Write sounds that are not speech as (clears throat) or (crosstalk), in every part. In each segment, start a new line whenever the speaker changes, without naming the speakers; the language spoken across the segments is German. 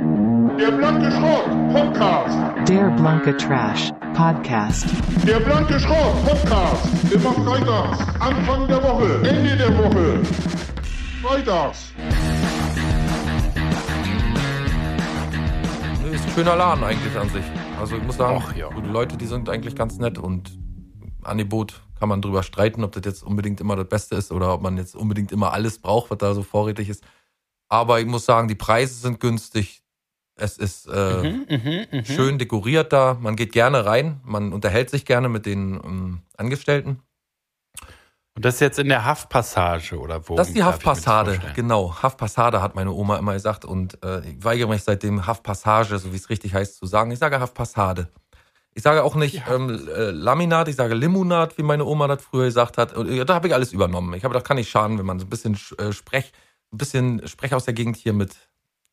Der blanke Schrott Podcast.
Der Blanca Trash Podcast.
Der blanke Schrott Podcast. Immer freitags. Anfang der Woche. Ende der Woche. Freitags.
Nee, Ist ein schöner Laden eigentlich an sich. Also ich muss sagen,
Och, ja.
gute Leute, die sind eigentlich ganz nett und Angebot kann man drüber streiten, ob das jetzt unbedingt immer das Beste ist oder ob man jetzt unbedingt immer alles braucht, was da so vorrätig ist. Aber ich muss sagen, die Preise sind günstig. Es ist äh,
mhm.
schön dekoriert da. Man geht gerne rein. Man unterhält sich gerne mit den ähm, Angestellten.
Und das ist jetzt in der Haftpassage oder wo?
Das ist die
darf ich mir
Haftpassade,
vorstellen?
genau. Haftpassade hat meine Oma immer gesagt und äh, ich weigere mich seitdem Haftpassage, so wie es richtig heißt, zu sagen. Ich sage Haftpassade. Ich sage auch nicht ähm, äh, Laminat, ich sage Limonat, wie meine Oma das früher gesagt hat. Und, äh, da habe ich alles übernommen. Ich habe gedacht, kann nicht schaden, wenn man so ein bisschen äh, Sprech, ein bisschen Sprech aus der Gegend hier mit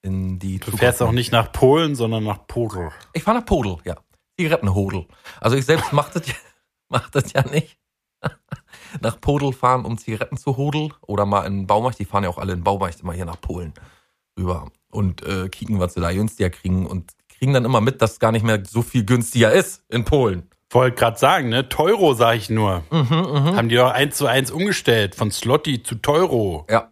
in die
Du fährst auch nicht nach Polen, sondern nach Podel.
Ich fahre nach Podel, ja. Zigarettenhodel. Also ich selbst mach das, ja- (laughs) mach das ja (laughs) nicht. nach Podel fahren, um Zigaretten zu hodeln. Oder mal in den Baumarkt. Die fahren ja auch alle in den Baumarkt immer hier nach Polen rüber. Und äh, kicken, was sie da günstiger kriegen. Und kriegen dann immer mit, dass es gar nicht mehr so viel günstiger ist in Polen.
Wollte gerade sagen, ne? Teuro sage ich nur.
Hm.
Haben die doch eins zu eins umgestellt von Slotti zu Teuro.
Ja.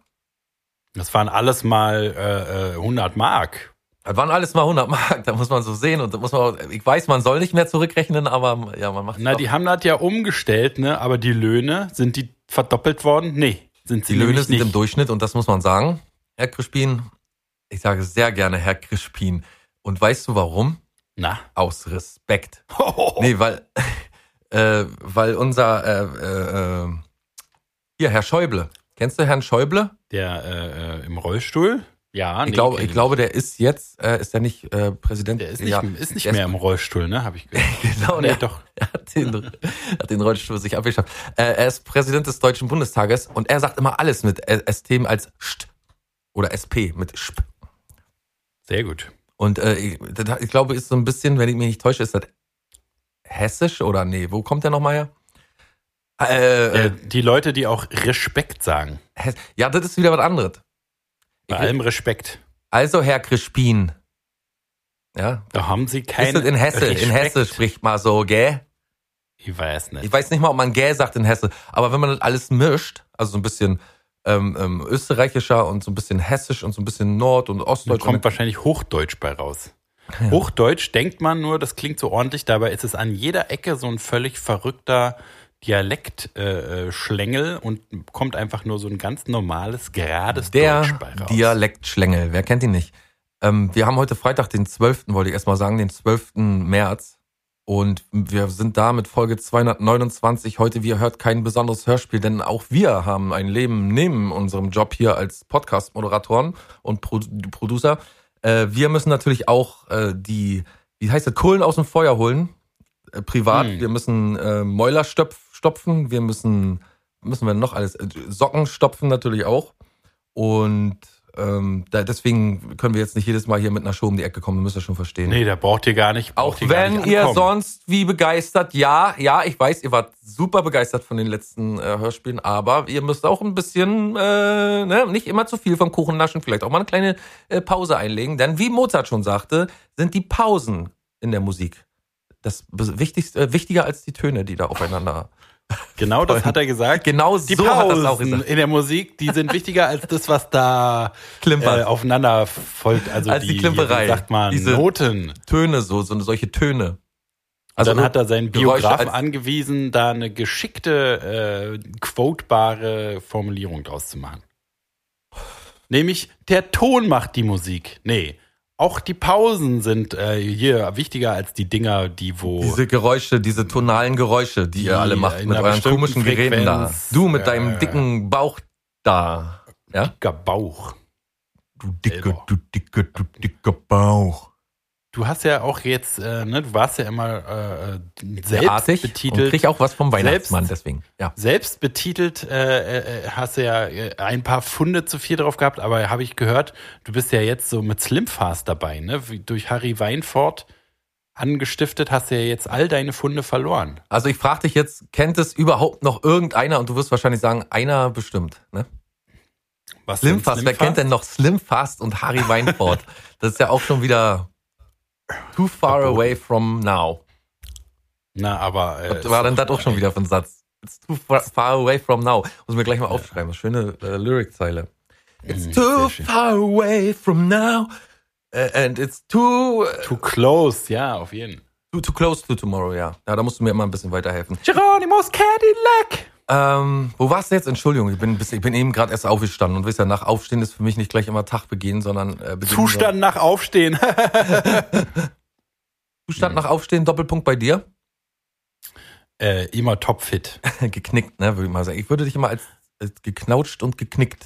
Das waren alles mal äh, äh, 100 Mark.
Das waren alles mal 100 Mark. (laughs) Da muss man so sehen. Und da muss man, auch, ich weiß, man soll nicht mehr zurückrechnen, aber ja, man macht
Na, die haben das ja umgestellt, ne? Aber die Löhne sind die verdoppelt worden? Nee, sind sie
Die Löhne
nämlich
sind
nicht.
im Durchschnitt und das muss man sagen, Herr Krispin. Ich sage sehr gerne Herr Krispin. Und weißt du warum?
Na, (laughs)
Aus Respekt. Nee, weil, (laughs) äh, weil unser, äh, äh, äh, hier, Herr Schäuble. Kennst du Herrn Schäuble?
der äh, äh, im Rollstuhl? Ja,
Ich,
nee,
glaube,
kenn
ich glaube, der ist jetzt, äh, ist der nicht äh, Präsident?
Der ist nicht,
ja,
ist nicht
der
mehr im Rollstuhl, ne? Habe ich gehört.
(laughs) genau,
nee,
der,
doch.
Er (laughs) hat den, hat den Rollstuhl sich abgeschafft. Äh, er ist Präsident des Deutschen Bundestages und er sagt immer alles mit S-Themen als ST oder SP mit SP.
Sehr gut.
Und äh, ich, das, ich glaube, ist so ein bisschen, wenn ich mich nicht täusche, ist das hessisch oder nee, wo kommt der nochmal her? Äh,
Äh,
äh,
die Leute, die auch Respekt sagen.
Hess- ja, das ist wieder was anderes.
Bei
Ich-
allem Respekt.
Also, Herr Krispin. Ja,
Da haben sie
ist
keinen.
das in Hesse? In
Respekt.
Hesse spricht man so, gell?
Ich weiß
Ich
nicht.
weiß nicht mal, ob man gäh sagt in Hesse, aber wenn man das alles mischt, also so ein bisschen ähm, ähm, österreichischer und so ein bisschen hessisch und so ein bisschen Nord- und
Da
Ostdeutsch.
kommt wahrscheinlich Hochdeutsch bei raus. Hochdeutsch denkt man nur, das klingt so ordentlich, dabei ist es an jeder Ecke so ein völlig verrückter Dialektschlängel äh, Schlängel und kommt einfach nur so ein ganz normales, gerades
der
Deutsch bei raus.
Dialektschlängel, wer kennt ihn nicht? Ähm, wir haben heute Freitag, den 12., wollte ich erstmal sagen, den 12. März. Und wir sind da mit Folge 229 heute. Wir hört kein besonderes Hörspiel, denn auch wir haben ein Leben neben unserem Job hier als Podcast-Moderatoren und Pro Producer. Äh, wir müssen natürlich auch äh, die, wie heißt das, Kohlen aus dem Feuer holen, äh, privat.
Hm.
Wir müssen äh, Mäuler stöpf, stopfen, wir müssen, müssen wir noch alles, äh, Socken stopfen natürlich auch. Und ähm, da, deswegen können wir jetzt nicht jedes Mal hier mit einer Show um die Ecke kommen, müsst ihr schon verstehen.
Nee, da braucht ihr gar nicht.
Auch
braucht ihr gar
wenn
nicht
ihr
ankommen.
sonst wie begeistert, ja, ja, ich weiß, ihr wart super begeistert von den letzten äh, Hörspielen, aber ihr müsst auch ein bisschen, äh, ne, nicht immer zu viel vom Kuchen naschen, vielleicht auch mal eine kleine äh, Pause einlegen, denn wie Mozart schon sagte, sind die Pausen in der Musik das Be- Wichtigste, äh, wichtiger als die Töne, die da aufeinander.
Genau das hat er gesagt.
Genau
Die
so hat
Pausen
das auch gesagt.
in der Musik, die sind wichtiger als das, was da
Klimpert.
äh, aufeinander folgt. Also
Als die Klimperei.
Wie sagt man,
Diese-
Noten.
Töne, so, so solche Töne. Also
dann hat er seinen
Geräusche
Biografen
als-
angewiesen, da eine geschickte, äh, quotebare Formulierung draus zu machen. Nämlich, der Ton macht die Musik. Nee, auch die Pausen sind äh, hier wichtiger als die Dinger, die wo...
Diese Geräusche, diese tonalen Geräusche, die, ihr
Die
alle macht
in
mit
einer
euren
bestimmten
komischen Geräten da.
Frequenz,
Du mit
äh,
deinem dicken Bauch da.
dicker Bauch.
Du
dicke,
du dicke, du dicke Bauch.
Du hast ja auch jetzt, äh, ne, du warst ja immer äh, selbst
Selbstartig und
betitelt.
krieg auch was vom Weihnachtsmann,
Selbst-
deswegen. Ja.
Selbst betitelt äh, äh, hast du ja äh, ein paar Funde zu viel drauf gehabt, aber habe ich gehört, du bist ja jetzt so mit Slimfast dabei, ne? Wie durch Harry Weinfort angestiftet hast du ja jetzt all deine Funde verloren.
Also ich frage dich jetzt, kennt es überhaupt noch irgendeiner? Und du wirst wahrscheinlich sagen, einer bestimmt. Ne?
Was (laughs)
Slimfast, wer kennt denn noch Slimfast und Harry Weinfort? das ist ja auch schon wieder Too far away from now.
Na, aber. äh,
Was war dann das auch schon wieder für ein Satz? It's too far, far away from now. Muss mir gleich mal aufschreiben. Schöne äh, Lyrikzeile. It's too
sehr schön.
far away from now. äh, And it's too, äh,
Too close, ja, auf jeden Fall.
too, too close to tomorrow, ja. Ja, da musst du mir immer ein bisschen weiterhelfen.
Geronimo's Cadillac!
Ähm, wo warst du jetzt? Entschuldigung, ich bin, ein bisschen- ich bin eben gerade erst aufgestanden und wisst ja, nach Aufstehen ist für mich nicht gleich immer Tag begehen, sondern äh, beginnen,
Zustand nach Aufstehen. (laughs)
sondern- Zustand nach Aufstehen, Doppelpunkt bei dir. (laughs)
äh, immer topfit.
geknickt, ne, würde ich mal sagen. Ich würde dich immer als, als geknautscht und geknickt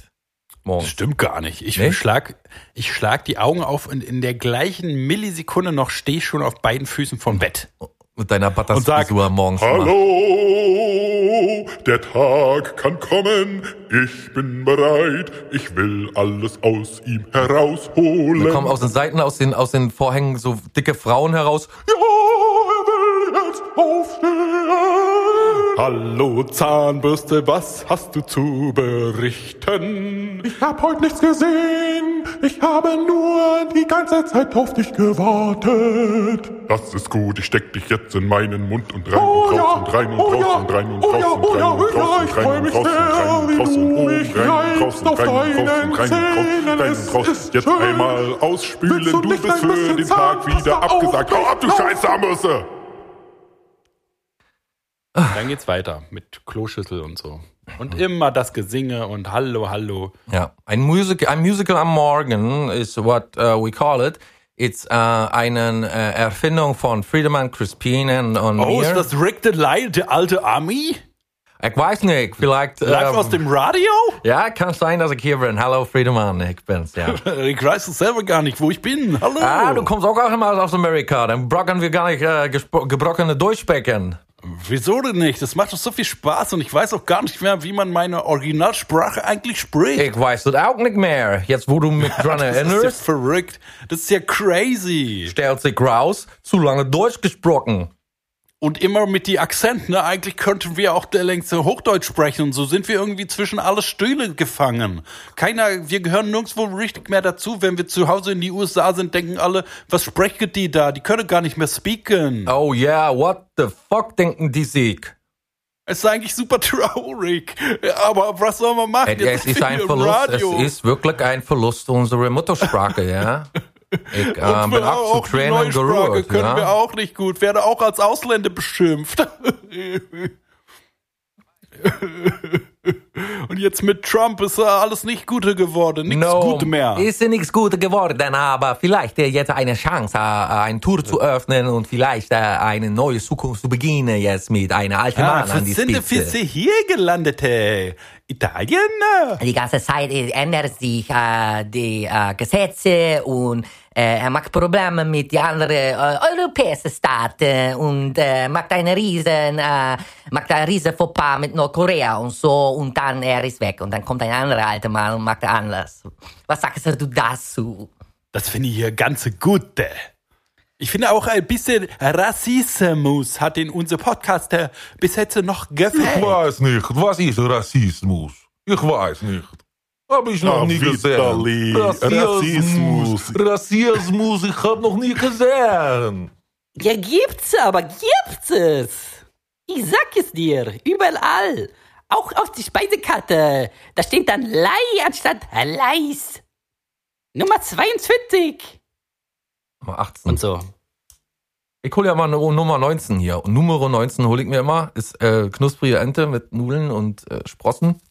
Das
morgens.
stimmt gar nicht. Ich
Nee?
schlag, ich schlag die Augen auf und in der gleichen Millisekunde noch stehe ich schon auf beiden Füßen vom Bett.
Mit deiner
sag,
Buttersfrisur morgens. immer.
Hallo, der Tag kann kommen. Ich bin bereit. Ich will alles aus ihm herausholen.
Da kommen aus den Seiten, aus den, aus den Vorhängen so dicke Frauen heraus.
Ja, er will jetzt aufstehen.
Hallo Zahnbürste, was hast du zu berichten?
Ich hab heute nichts gesehen. Ich habe nur die ganze Zeit auf dich gewartet. Das ist gut. Ich steck dich jetzt in meinen Mund und rein
Oh
und raus
ja,
und rein und
oh
raus
ja,
und rein und
oh
raus
ja,
und
oh
rein
ja,
und
oh ja,
raus
ich
und rein
freu
und
mich
raus und rein und
sehr,
raus
wie
und
du
oben
mich
rein und raus und
reibst auf
rein und raus und rein und raus und rein und
deinen
raus.
Zähnen. Es
Jetzt
ist schön.
einmal ausspülen.
Willst
Du
du nicht
bist
ein
für
bisschen
den Tag
Zahnpasta
wieder abgesagt. Hau ab, du
auflaufen?
scheiß Zahnbürste!
Dann geht's weiter mit Kloschüssel und so. Und immer das Gesinge und Hallo, Hallo.
Ja, ein Musical, ein Musical am Morgen is what uh, we call it. It's äh, eine äh, Erfindung von Friedemann, Crispin und, und
Oh,
mir.
ist das Rick the Lion, der alte Ami?
ich weiß nicht, vielleicht.
Live
ähm,
aus dem Radio?
ja, kann sein, dass ich hier bin. Hallo Friedemann, ich bin's, ja.
Ich weiß es selber gar nicht, wo ich bin. Hallo.
ah, du kommst auch immer aus Amerika. Dann brocken wir gar nicht äh, gespro- gebrochene Durchbecken.
Wieso denn nicht? Das macht doch so viel Spaß und ich weiß auch gar nicht mehr, wie man meine Originalsprache eigentlich spricht.
Ich weiß das auch nicht mehr. Jetzt, wo du
(laughs)
mich dran
das
erinnerst,
ist ja verrückt. Das ist ja crazy.
stellt sich raus, zu lange Deutsch gesprochen.
Und immer mit die Akzent, ne? Eigentlich könnten wir auch der längste Hochdeutsch sprechen und so sind wir irgendwie zwischen alle Stühle gefangen. Keiner, wir gehören nirgendwo richtig mehr dazu. Wenn wir zu Hause in die USA sind, denken alle, was sprechen die da? Die können gar nicht mehr speaken.
Oh yeah, what the fuck denken die Sieg?
Es ist eigentlich super traurig. Aber was soll man machen?
Es
Jetzt
ist
sind
ein
wir im
Verlust,
Radio.
es ist wirklich ein Verlust unserer Muttersprache, ja. Ich ähm,
Und
bin
wir
auch,
auch
zu
die
Tränen
neue Sprache
gerührt.
können wir
Ja.
auch nicht gut. Werde auch als Ausländer beschimpft. (laughs) Und jetzt mit Trump ist äh, alles nicht Gute geworden. Nichts Gute mehr.
ist nichts Gutes geworden, aber vielleicht äh, jetzt eine Chance, äh, eine Tour zu öffnen und vielleicht äh, eine neue Zukunft zu beginnen jetzt mit einer alten
Ah,
Mann an die
was sind denn für
Spitze.
sie hier gelandet, hey? Italien?
Die ganze Zeit äh, ändern sich äh, die äh, Gesetze und äh, er macht Probleme mit den anderen äh, europäischen Staaten und äh, macht einen riesen, äh, macht einen riesen Fauxpas mit Nordkorea und so und dann er ist weg und dann kommt ein anderer alter Mann und macht anders. Was sagst du dazu?
Das finde ich hier ganze Gute. Ich finde auch ein bisschen Rassismus hat in unser Podcast äh, bis jetzt noch
Ich
gefällt.
weiß nicht, was ist Rassismus? Ich weiß nicht. Hab ich noch
Ah,
nie
Vitali,
gesehen. Rassismus.
Rassismus.
Rassismus, ich hab noch nie gesehen.
Ja, gibt's, aber gibt's es. Ich sag es dir, überall. Auch auf die Speisekarte. Da steht dann Lei anstatt Leis. Nummer 42.
Mal 18.
Und so.
Ich hole ja mal eine Nummer 19 hier. Und Numero 19 hole ich mir immer. Ist äh, knusprige Ente mit Nudeln und äh, Sprossen.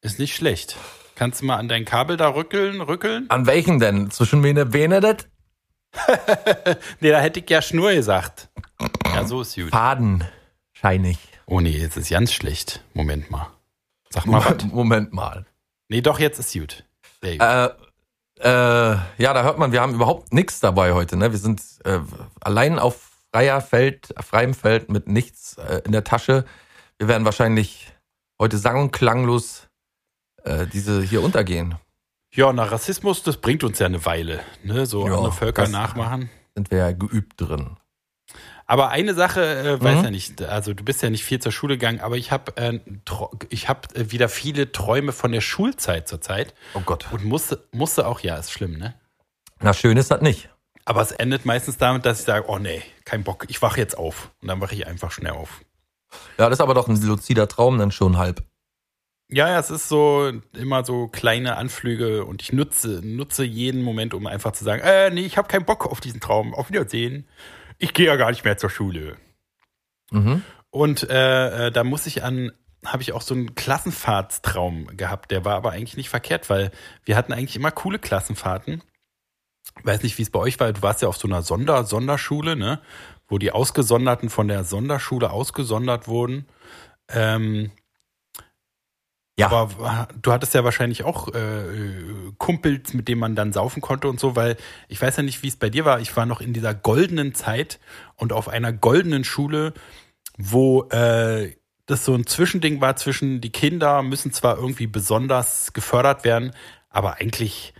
Ist nicht schlecht. Kannst du mal an dein Kabel da rückeln, rückeln?
An welchen denn? Zwischen Bene Benedet?
Nee, da hätte ich ja Schnur gesagt. Ja, so ist
Ah.
gut.
Faden. Scheinig.
Oh nee, jetzt ist ganz schlecht. Moment mal. Sag mal was.
(laughs) Moment mal.
Nee, doch, jetzt ist gut. Sehr gut.
Äh, äh, ja, da hört man, wir haben überhaupt nichts dabei heute. Ne? Wir sind äh, allein auf freier Feld, freiem Feld mit nichts äh, in der Tasche. Wir werden wahrscheinlich heute sang- und klanglos äh, diese hier untergehen.
Ja, na, Rassismus, das bringt uns ja eine Weile. Ne? So
Ja,
andere Völker
das-
nachmachen.
Sind wir ja geübt drin.
Aber eine Sache, äh, weiß
Mhm.
ja nicht, also du bist ja nicht viel zur Schule gegangen, aber ich habe äh, tro- ich hab, äh, wieder viele Träume von der Schulzeit zurzeit
Oh Gott.
und musste, musste auch, ja, ist schlimm, ne?
Na, schön ist das nicht.
Aber es endet meistens damit, dass ich sage, oh nee, kein Bock, ich wache jetzt auf. Und dann wache ich einfach schnell auf.
Ja, das ist aber doch ein luzider Traum dann schon halb.
Ja, ja, es ist so immer so kleine Anflüge und ich nutze, nutze jeden Moment, um einfach zu sagen, äh, nee, ich habe keinen Bock auf diesen Traum. Auf Wiedersehen. Ich gehe ja gar nicht mehr zur Schule.
Mhm.
Und äh, äh, da muss ich an, habe ich auch so einen Klassenfahrtstraum gehabt. Der war aber eigentlich nicht verkehrt, weil wir hatten eigentlich immer coole Klassenfahrten. Weiß nicht, wie es bei euch war. Du warst ja auf so einer Sonder Sonderschule, ne? Wo die Ausgesonderten von der Sonderschule ausgesondert wurden. Ähm,
Ja.
aber wa- du hattest ja wahrscheinlich auch äh, Kumpels, mit denen man dann saufen konnte und so, weil ich weiß ja nicht, wie es bei dir war. Ich war noch in dieser goldenen Zeit und auf einer goldenen Schule, wo äh, das so ein Zwischending war zwischen die Kinder müssen zwar irgendwie besonders gefördert werden, aber eigentlich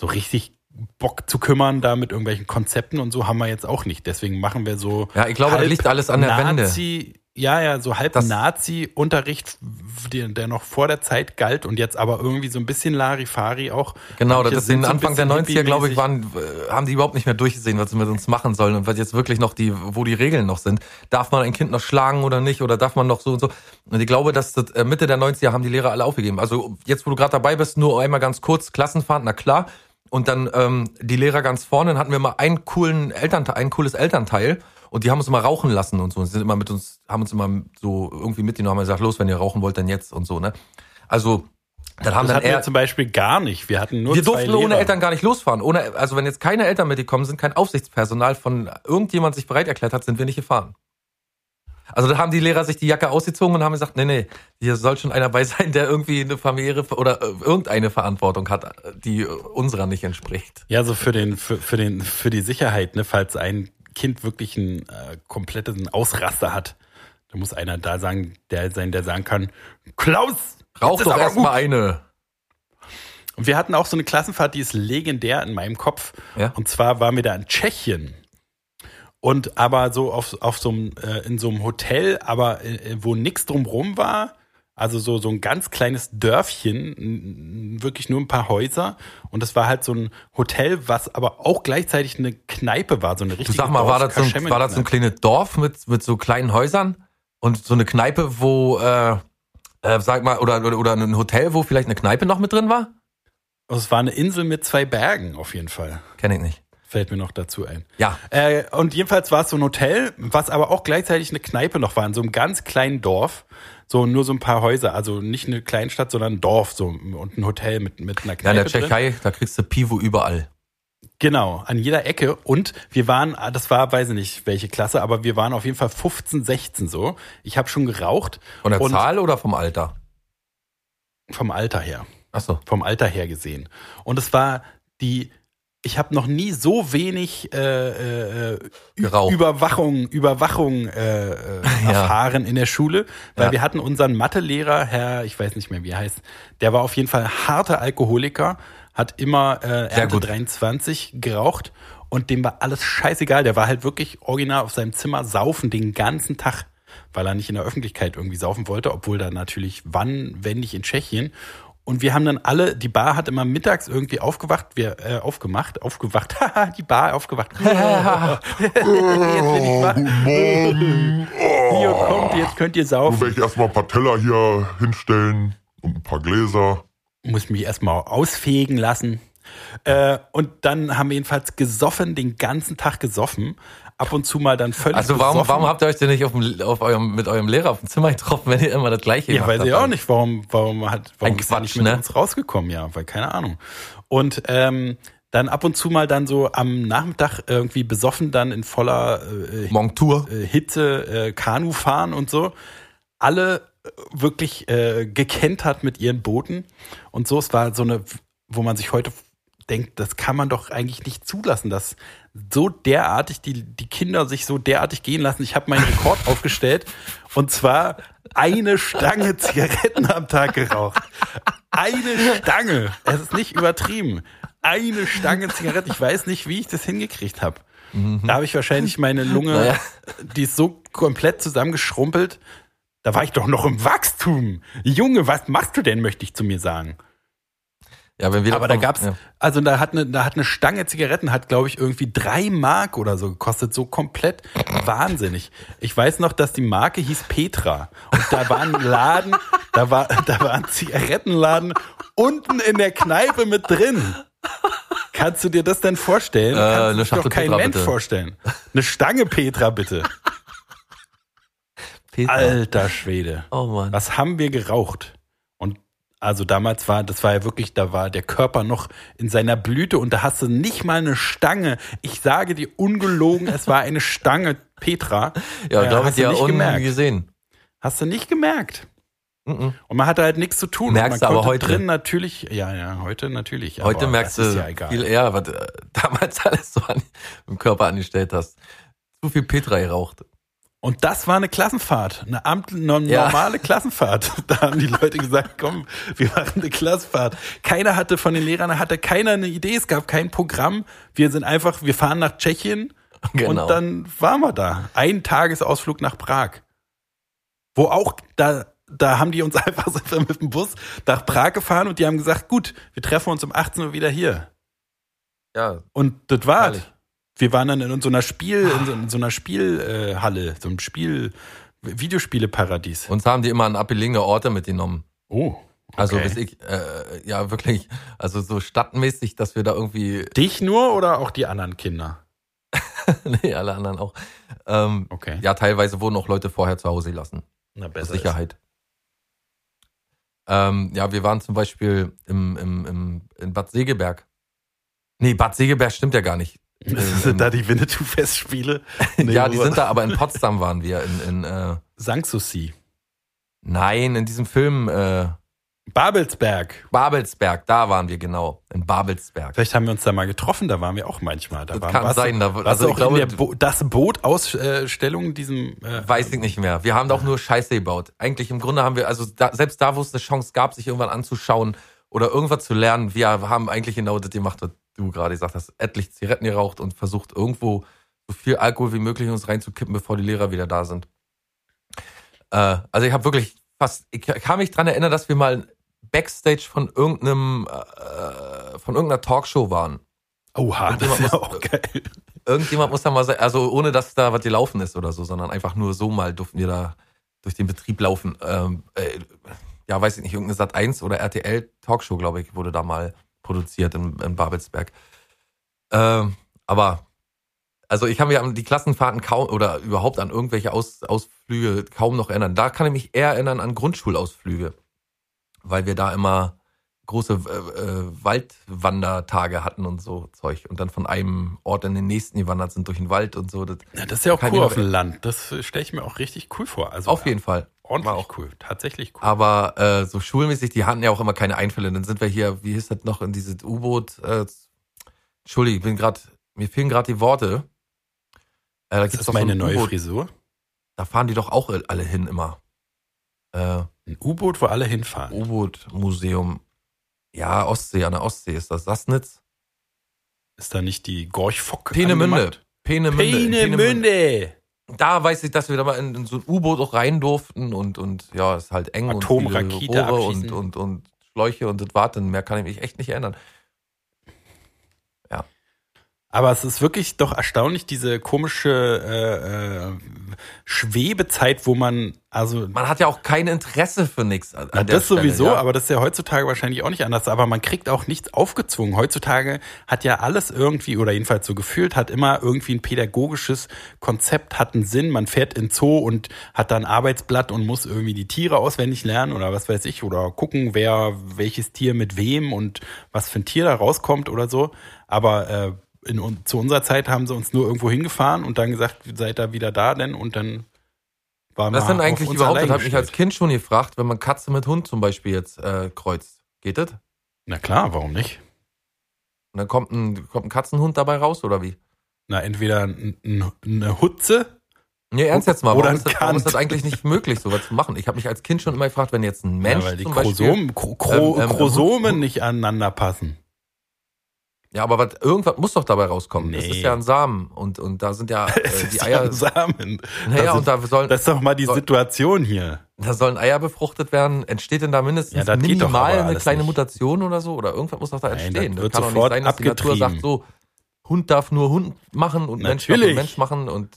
so richtig Bock zu kümmern da mit irgendwelchen Konzepten und so haben wir jetzt auch nicht. Deswegen machen wir so
Ja, ich glaube, das liegt alles an der Wende.
Nazi, ja, ja, so halb
Das-
Nazi-Unterricht, der, der noch vor der Zeit galt und jetzt aber irgendwie so ein bisschen Larifari auch.
Genau,
Manche
das ist
sind
den
so ein
Anfang der
bisschen
90er, glaube ich,
hippie-mäßig.
waren, äh, haben die überhaupt nicht mehr durchgesehen, was sie mit uns machen sollen und was jetzt wirklich noch die, wo die Regeln noch sind. Darf man ein Kind noch schlagen oder nicht oder darf man noch so und so? Und ich glaube, dass das, äh, Mitte der 90er haben die Lehrer alle aufgegeben. Also jetzt, wo du gerade dabei bist, nur einmal ganz kurz, Klassenfahrt, na klar. Und dann ähm, die Lehrer ganz vorne, dann hatten wir mal einen coolen Elternteil, ein cooles Elternteil und die haben uns immer rauchen lassen und so. Und sind immer mit uns, haben uns immer so irgendwie mitgenommen, haben gesagt, los, wenn ihr rauchen wollt, dann jetzt und so, ne? Also, dann haben
Das
dann
hatten wir
eher
zum Beispiel gar nicht. Wir hatten nur
wir
zwei
durften ohne
Lehrer.
Eltern gar nicht losfahren. Ohne, also wenn jetzt keine Eltern mitgekommen sind, kein Aufsichtspersonal von irgendjemand sich bereit erklärt hat, sind wir nicht gefahren. Also da haben die Lehrer sich die Jacke ausgezogen und haben gesagt, nee, nee, hier soll schon einer bei (laughs) sein, der irgendwie eine familiäre oder äh, irgendeine Verantwortung hat, äh, die äh, unserer nicht entspricht.
Ja, so für den, für, für den, für die Sicherheit, ne, falls ein Kind wirklich einen äh, kompletten Ausraster hat, da muss einer da sagen, der sein, der sagen kann, Klaus!
Rauch
jetzt ist
doch
aber gut.
erstmal eine.
Und wir hatten auch so eine Klassenfahrt, die ist legendär in meinem Kopf.
Ja.
Und zwar waren wir da in Tschechien. Und aber so auf, auf so einem, äh, in so einem Hotel, aber äh, wo nichts drumrum war. Also so, so ein ganz kleines Dörfchen, n- n- wirklich nur ein paar Häuser. Und das war halt so ein Hotel, was aber auch gleichzeitig eine Kneipe war, so eine
Du
richtige
sag mal, war das, so ein, war das so ein
Dorfkaschemme-Kneipe.
kleines Dorf mit, mit so kleinen Häusern und so eine Kneipe, wo, äh, äh, sag mal, oder, oder, oder ein Hotel, wo vielleicht eine Kneipe noch mit drin war?
Es war eine Insel mit zwei Bergen auf jeden Fall.
Kenn ich nicht.
Fällt mir noch dazu ein.
Ja,
Äh, und jedenfalls war es so ein Hotel, was aber auch gleichzeitig eine Kneipe noch war, in so einem ganz kleinen Dorf. So nur so ein paar Häuser, also nicht eine Kleinstadt, sondern ein Dorf so und ein Hotel mit, mit einer
Ja, in
Kneipe.
der
drin.
Tschechei, da kriegst du Pivo überall.
Genau, an jeder Ecke. Und wir waren, ah, das war, weiß ich nicht, welche Klasse, aber wir waren auf jeden Fall 15, 16 so. Ich habe schon geraucht.
Von der
und
Zahl oder vom Alter?
Vom Alter her.
Achso.
vom Alter her gesehen. Und es war die, ich habe noch nie so wenig äh, äh, Ü-
Geraucht.
Überwachung, Überwachung
(laughs)
äh, äh,
Ja.
erfahren in der Schule, weil
Ja.
wir hatten unseren Mathelehrer, Herr, ich weiß nicht mehr, wie er heißt, der war auf jeden Fall harter Alkoholiker, hat immer äh,
Sehr
Ernte
gut.
23 geraucht und dem war alles scheißegal. Der war halt wirklich original auf seinem Zimmer saufen den ganzen Tag, weil er nicht in der Öffentlichkeit irgendwie saufen wollte, obwohl da natürlich wann, wenn nicht in Tschechien. Und wir haben dann alle, die Bar hat immer mittags irgendwie aufgewacht, wir äh, aufgemacht, aufgewacht, (laughs) haha, die
(laughs)
Bar aufgewacht. Jetzt bin ich wach.
guten Morgen.
Hier kommt, jetzt könnt ihr
Nun
saufen.
werde ich erstmal ein paar Teller hier hinstellen und ein paar Gläser.
muss mich erstmal ausfegen lassen. Äh, und dann haben wir jedenfalls gesoffen, den ganzen Tag gesoffen. Ab und zu mal dann völlig.
Also warum,
besoffen.
warum habt ihr euch denn nicht auf dem, auf eurem, mit eurem Lehrer auf dem Zimmer getroffen, wenn ihr immer das gleiche
Ja,
gemacht
weiß
habt?
ich auch nicht, warum, warum hat, warum
Ein
ist er
Quatsch,
nicht mit
ne?
uns rausgekommen, ja, weil keine Ahnung. Und ähm, dann ab und zu mal dann so am Nachmittag irgendwie besoffen, dann in voller äh,
Montour.
äh, Hitze, äh, Kanu fahren und so, alle äh, wirklich äh, gekentert mit ihren Booten. Und so, es war so eine, wo man sich heute denkt, das kann man doch eigentlich nicht zulassen, dass so derartig die, die Kinder sich so derartig gehen lassen. Ich habe meinen Rekord aufgestellt und zwar eine Stange Zigaretten am Tag geraucht. Eine Stange. Es ist nicht übertrieben. Eine Stange Zigaretten. Ich weiß nicht, wie ich das hingekriegt habe. Da habe ich wahrscheinlich meine Lunge,
Naja.
die ist so komplett zusammengeschrumpelt. Da war ich doch noch im Wachstum. Junge, was machst du denn, möchte ich zu mir sagen.
Ja, wenn wir
Aber da
davon-
gab's,
ja.
also da hat eine, da hat eine Stange Zigaretten, hat glaube ich irgendwie drei Mark oder so gekostet, so komplett wahnsinnig. Ich weiß noch, dass die Marke hieß Petra und da war ein Laden, da war, da war ein Zigarettenladen unten in der Kneipe mit drin. Kannst du dir das denn vorstellen? Kannst
eine
du dir
Äh, ne Schachtel
doch kein
Petra,
Mensch
bitte.
vorstellen. Eine Stange
(laughs)
Petra bitte.
Peter.
Alter Schwede.
Oh Mann.
Was haben wir geraucht? Und also damals war, das war ja wirklich, da war der Körper noch in seiner Blüte und da hast du nicht mal eine Stange. Ich sage dir ungelogen, es war eine Stange Petra.
(laughs) Ja,
Äh,
glaube ich,
hast du
ja,
nicht
unten
gemerkt.
gesehen.
Hast du nicht gemerkt.
Mhm.
Und man hatte halt nichts zu tun.
Merkst
und man
du aber heute.
konnte drin natürlich, ja, ja, heute natürlich.
Heute
aber
merkst
das
du
ist ja egal.
viel eher, was du (laughs) damals alles so an, im Körper angestellt hast. Zu viel Petra geraucht.
Und das war eine Klassenfahrt, eine, amt, eine
Ja.
normale Klassenfahrt. (laughs) Da haben die Leute gesagt, komm, wir machen eine Klassenfahrt. Keiner hatte von den Lehrern, hatte keiner eine Idee, es gab kein Programm. Wir sind einfach, wir fahren nach Tschechien
Genau.
und dann waren wir da. Ein Tagesausflug nach Prag. Wo auch, da, da haben die uns (laughs) einfach so mit dem Bus nach Prag gefahren und die haben gesagt, gut, wir treffen uns um 18 Uhr wieder hier.
Ja,
Und das war's.
Herrlich.
Wir waren dann in so einer Spiel, in so, in so einer Spielhalle, äh, Halle, so einem Spiel, Videospieleparadies.
uns haben die immer an Appelinger Orte mitgenommen.
oh.
Also
Okay.
bis ich, äh, ja wirklich, also so stadtmäßig, dass wir da irgendwie,
Dich nur oder auch die anderen Kinder?
(laughs) nee, alle anderen auch. Ähm,
Okay.
ja, teilweise wurden auch Leute vorher zu Hause gelassen.
Na
Zur
besser.
Sicherheit. Ähm, ja, wir waren zum Beispiel im, im, im, in Bad Segeberg. Nee, Bad Segeberg stimmt ja gar nicht.
Ist.
Ähm,
(laughs) Sind da die (laughs) Winnetou-Festspiele? Nee,
ja, die
wo-
sind da, aber in Potsdam waren wir. In, in, äh,
Sanssouci.
nein, in diesem Film äh,
Babelsberg.
Babelsberg, da waren wir genau. In Babelsberg.
Vielleicht haben wir uns da mal getroffen, da waren wir auch manchmal. Da
Das
waren,
kann
warst du-
sein, da-
warst
also
du
ich
auch
glaube,
in der Bo das Boot-Ausstellung, diesem. Äh,
Weiß ich nicht mehr. Wir haben da auch nur Scheiße gebaut. Eigentlich im Grunde haben wir, also da, selbst da, wo es eine Chance gab, sich irgendwann anzuschauen oder irgendwas zu lernen, wir haben eigentlich genau das gemacht, was du gerade gesagt hast. Etlich Zigaretten geraucht und versucht, irgendwo so viel Alkohol wie möglich in uns reinzukippen, bevor die Lehrer wieder da sind. Äh, also ich habe wirklich fast, ich kann mich dran erinnern, dass wir mal Backstage von irgendeinem, äh, von irgendeiner Talkshow waren.
Oha, das ist ja
Irgendjemand
auch geil.
Irgendjemand muss da mal sein, also ohne dass da was gelaufen ist oder so, sondern einfach nur so mal durften wir da durch den Betrieb laufen. Ähm, äh, ja, weiß ich nicht, irgendeine Sat 1 oder RTL Talkshow, glaube ich, wurde da mal produziert in, in Babelsberg. Ähm, aber also ich kann mich an die Klassenfahrten kaum oder überhaupt an irgendwelche Aus, Ausflüge kaum noch erinnern. Da kann ich mich eher erinnern an Grundschulausflüge, weil wir da immer große äh, äh, Waldwandertage hatten und so Zeug und dann von einem Ort in den nächsten gewandert sind durch den Wald und so. Das,
Na, das ist ja auch
Kann ich
cool
noch-
auf dem Land. Das stelle ich mir auch richtig cool vor. Also,
auf
ja.
jeden Fall.
Ordentlich
War auch
cool, tatsächlich cool.
Aber äh, so schulmäßig, die hatten ja auch immer keine Einfälle. Dann sind wir hier, wie hieß das noch, in dieses U-Boot. Äh, Entschuldigung, ich bin gerade, mir fehlen gerade die Worte. Äh, da
das
gibt's
ist
doch so
meine
ein
neue
U-Boot.
Frisur.
Da fahren die doch auch alle hin immer. Äh,
Ein U-Boot, wo alle hinfahren.
U-Boot-Museum. Ja, Ostsee, an der Ostsee ist das. Sassnitz?
Ist da nicht die Gorchfock?
Peenemünde. Peenemünde. in
Peenemünde.
Da weiß ich, dass wir da mal in, in so ein U-Boot auch rein durften und, und ja, ist halt eng und
Atomrakete
viele Rohre und,
abschießen.
und, und Schläuche und das Warten. Mehr kann ich mich echt nicht erinnern.
Aber es ist wirklich doch erstaunlich, diese komische äh, äh, Schwebezeit, wo man, also
Man hat ja auch kein Interesse für nichts. An,
Na,
an der
das
Stelle,
sowieso,
ja.
aber das ist ja heutzutage wahrscheinlich auch nicht anders. Aber man kriegt auch nichts aufgezwungen. Heutzutage hat ja alles irgendwie, oder jedenfalls so gefühlt, hat immer irgendwie ein pädagogisches Konzept, hat einen Sinn. Man fährt in Zoo und hat da ein Arbeitsblatt und muss irgendwie die Tiere auswendig lernen oder was weiß ich, oder gucken, wer welches Tier mit wem und was für ein Tier da rauskommt oder so. Aber äh, in, un- zu unserer Zeit haben sie uns nur irgendwo hingefahren und dann gesagt, seid da wieder da denn und dann waren
Was
wir
denn
auf
eigentlich
uns
überhaupt?
allein
Das hat mich
gestellt.
als Kind schon gefragt, wenn man Katze mit Hund zum Beispiel jetzt äh, kreuzt. Geht das?
Na klar, warum nicht?
Und dann kommt ein, kommt ein Katzenhund dabei raus oder wie?
Na, entweder ein, ein, eine Hutze.
Nee, ernst jetzt mal,
Oh,
warum
Oder ein
ist, das, warum ist das
Kant.
eigentlich nicht möglich, sowas zu machen? Ich habe mich als Kind schon immer gefragt, wenn jetzt ein Mensch
ja, weil die
zum Beispiel-
Chrosomen, Chro- Chro-
ähm, ähm,
Chrosomen
Hut-
nicht aneinander passen.
Ja, aber was, irgendwas muss doch dabei rauskommen. Das
Nee.
ist ja ein Samen und,
(laughs)
und da sind ja äh,
Das
die
ist
Eier.
am Samen.
naja,
das
und da sollen.
Das ist doch mal die
soll-
Situation hier.
da sollen Eier befruchtet werden. Entsteht denn da mindestens
Ja, das geht doch
minimal
aber
eine
alles
kleine
nicht.
Mutation oder so? Oder irgendwas muss doch da
Nein,
entstehen.
das wird
kann doch
sofort
nicht sein, dass die Natur sagt
abgetrieben.
so, Hund darf nur Hund machen und Mensch darf nur
Natürlich.
Mensch machen und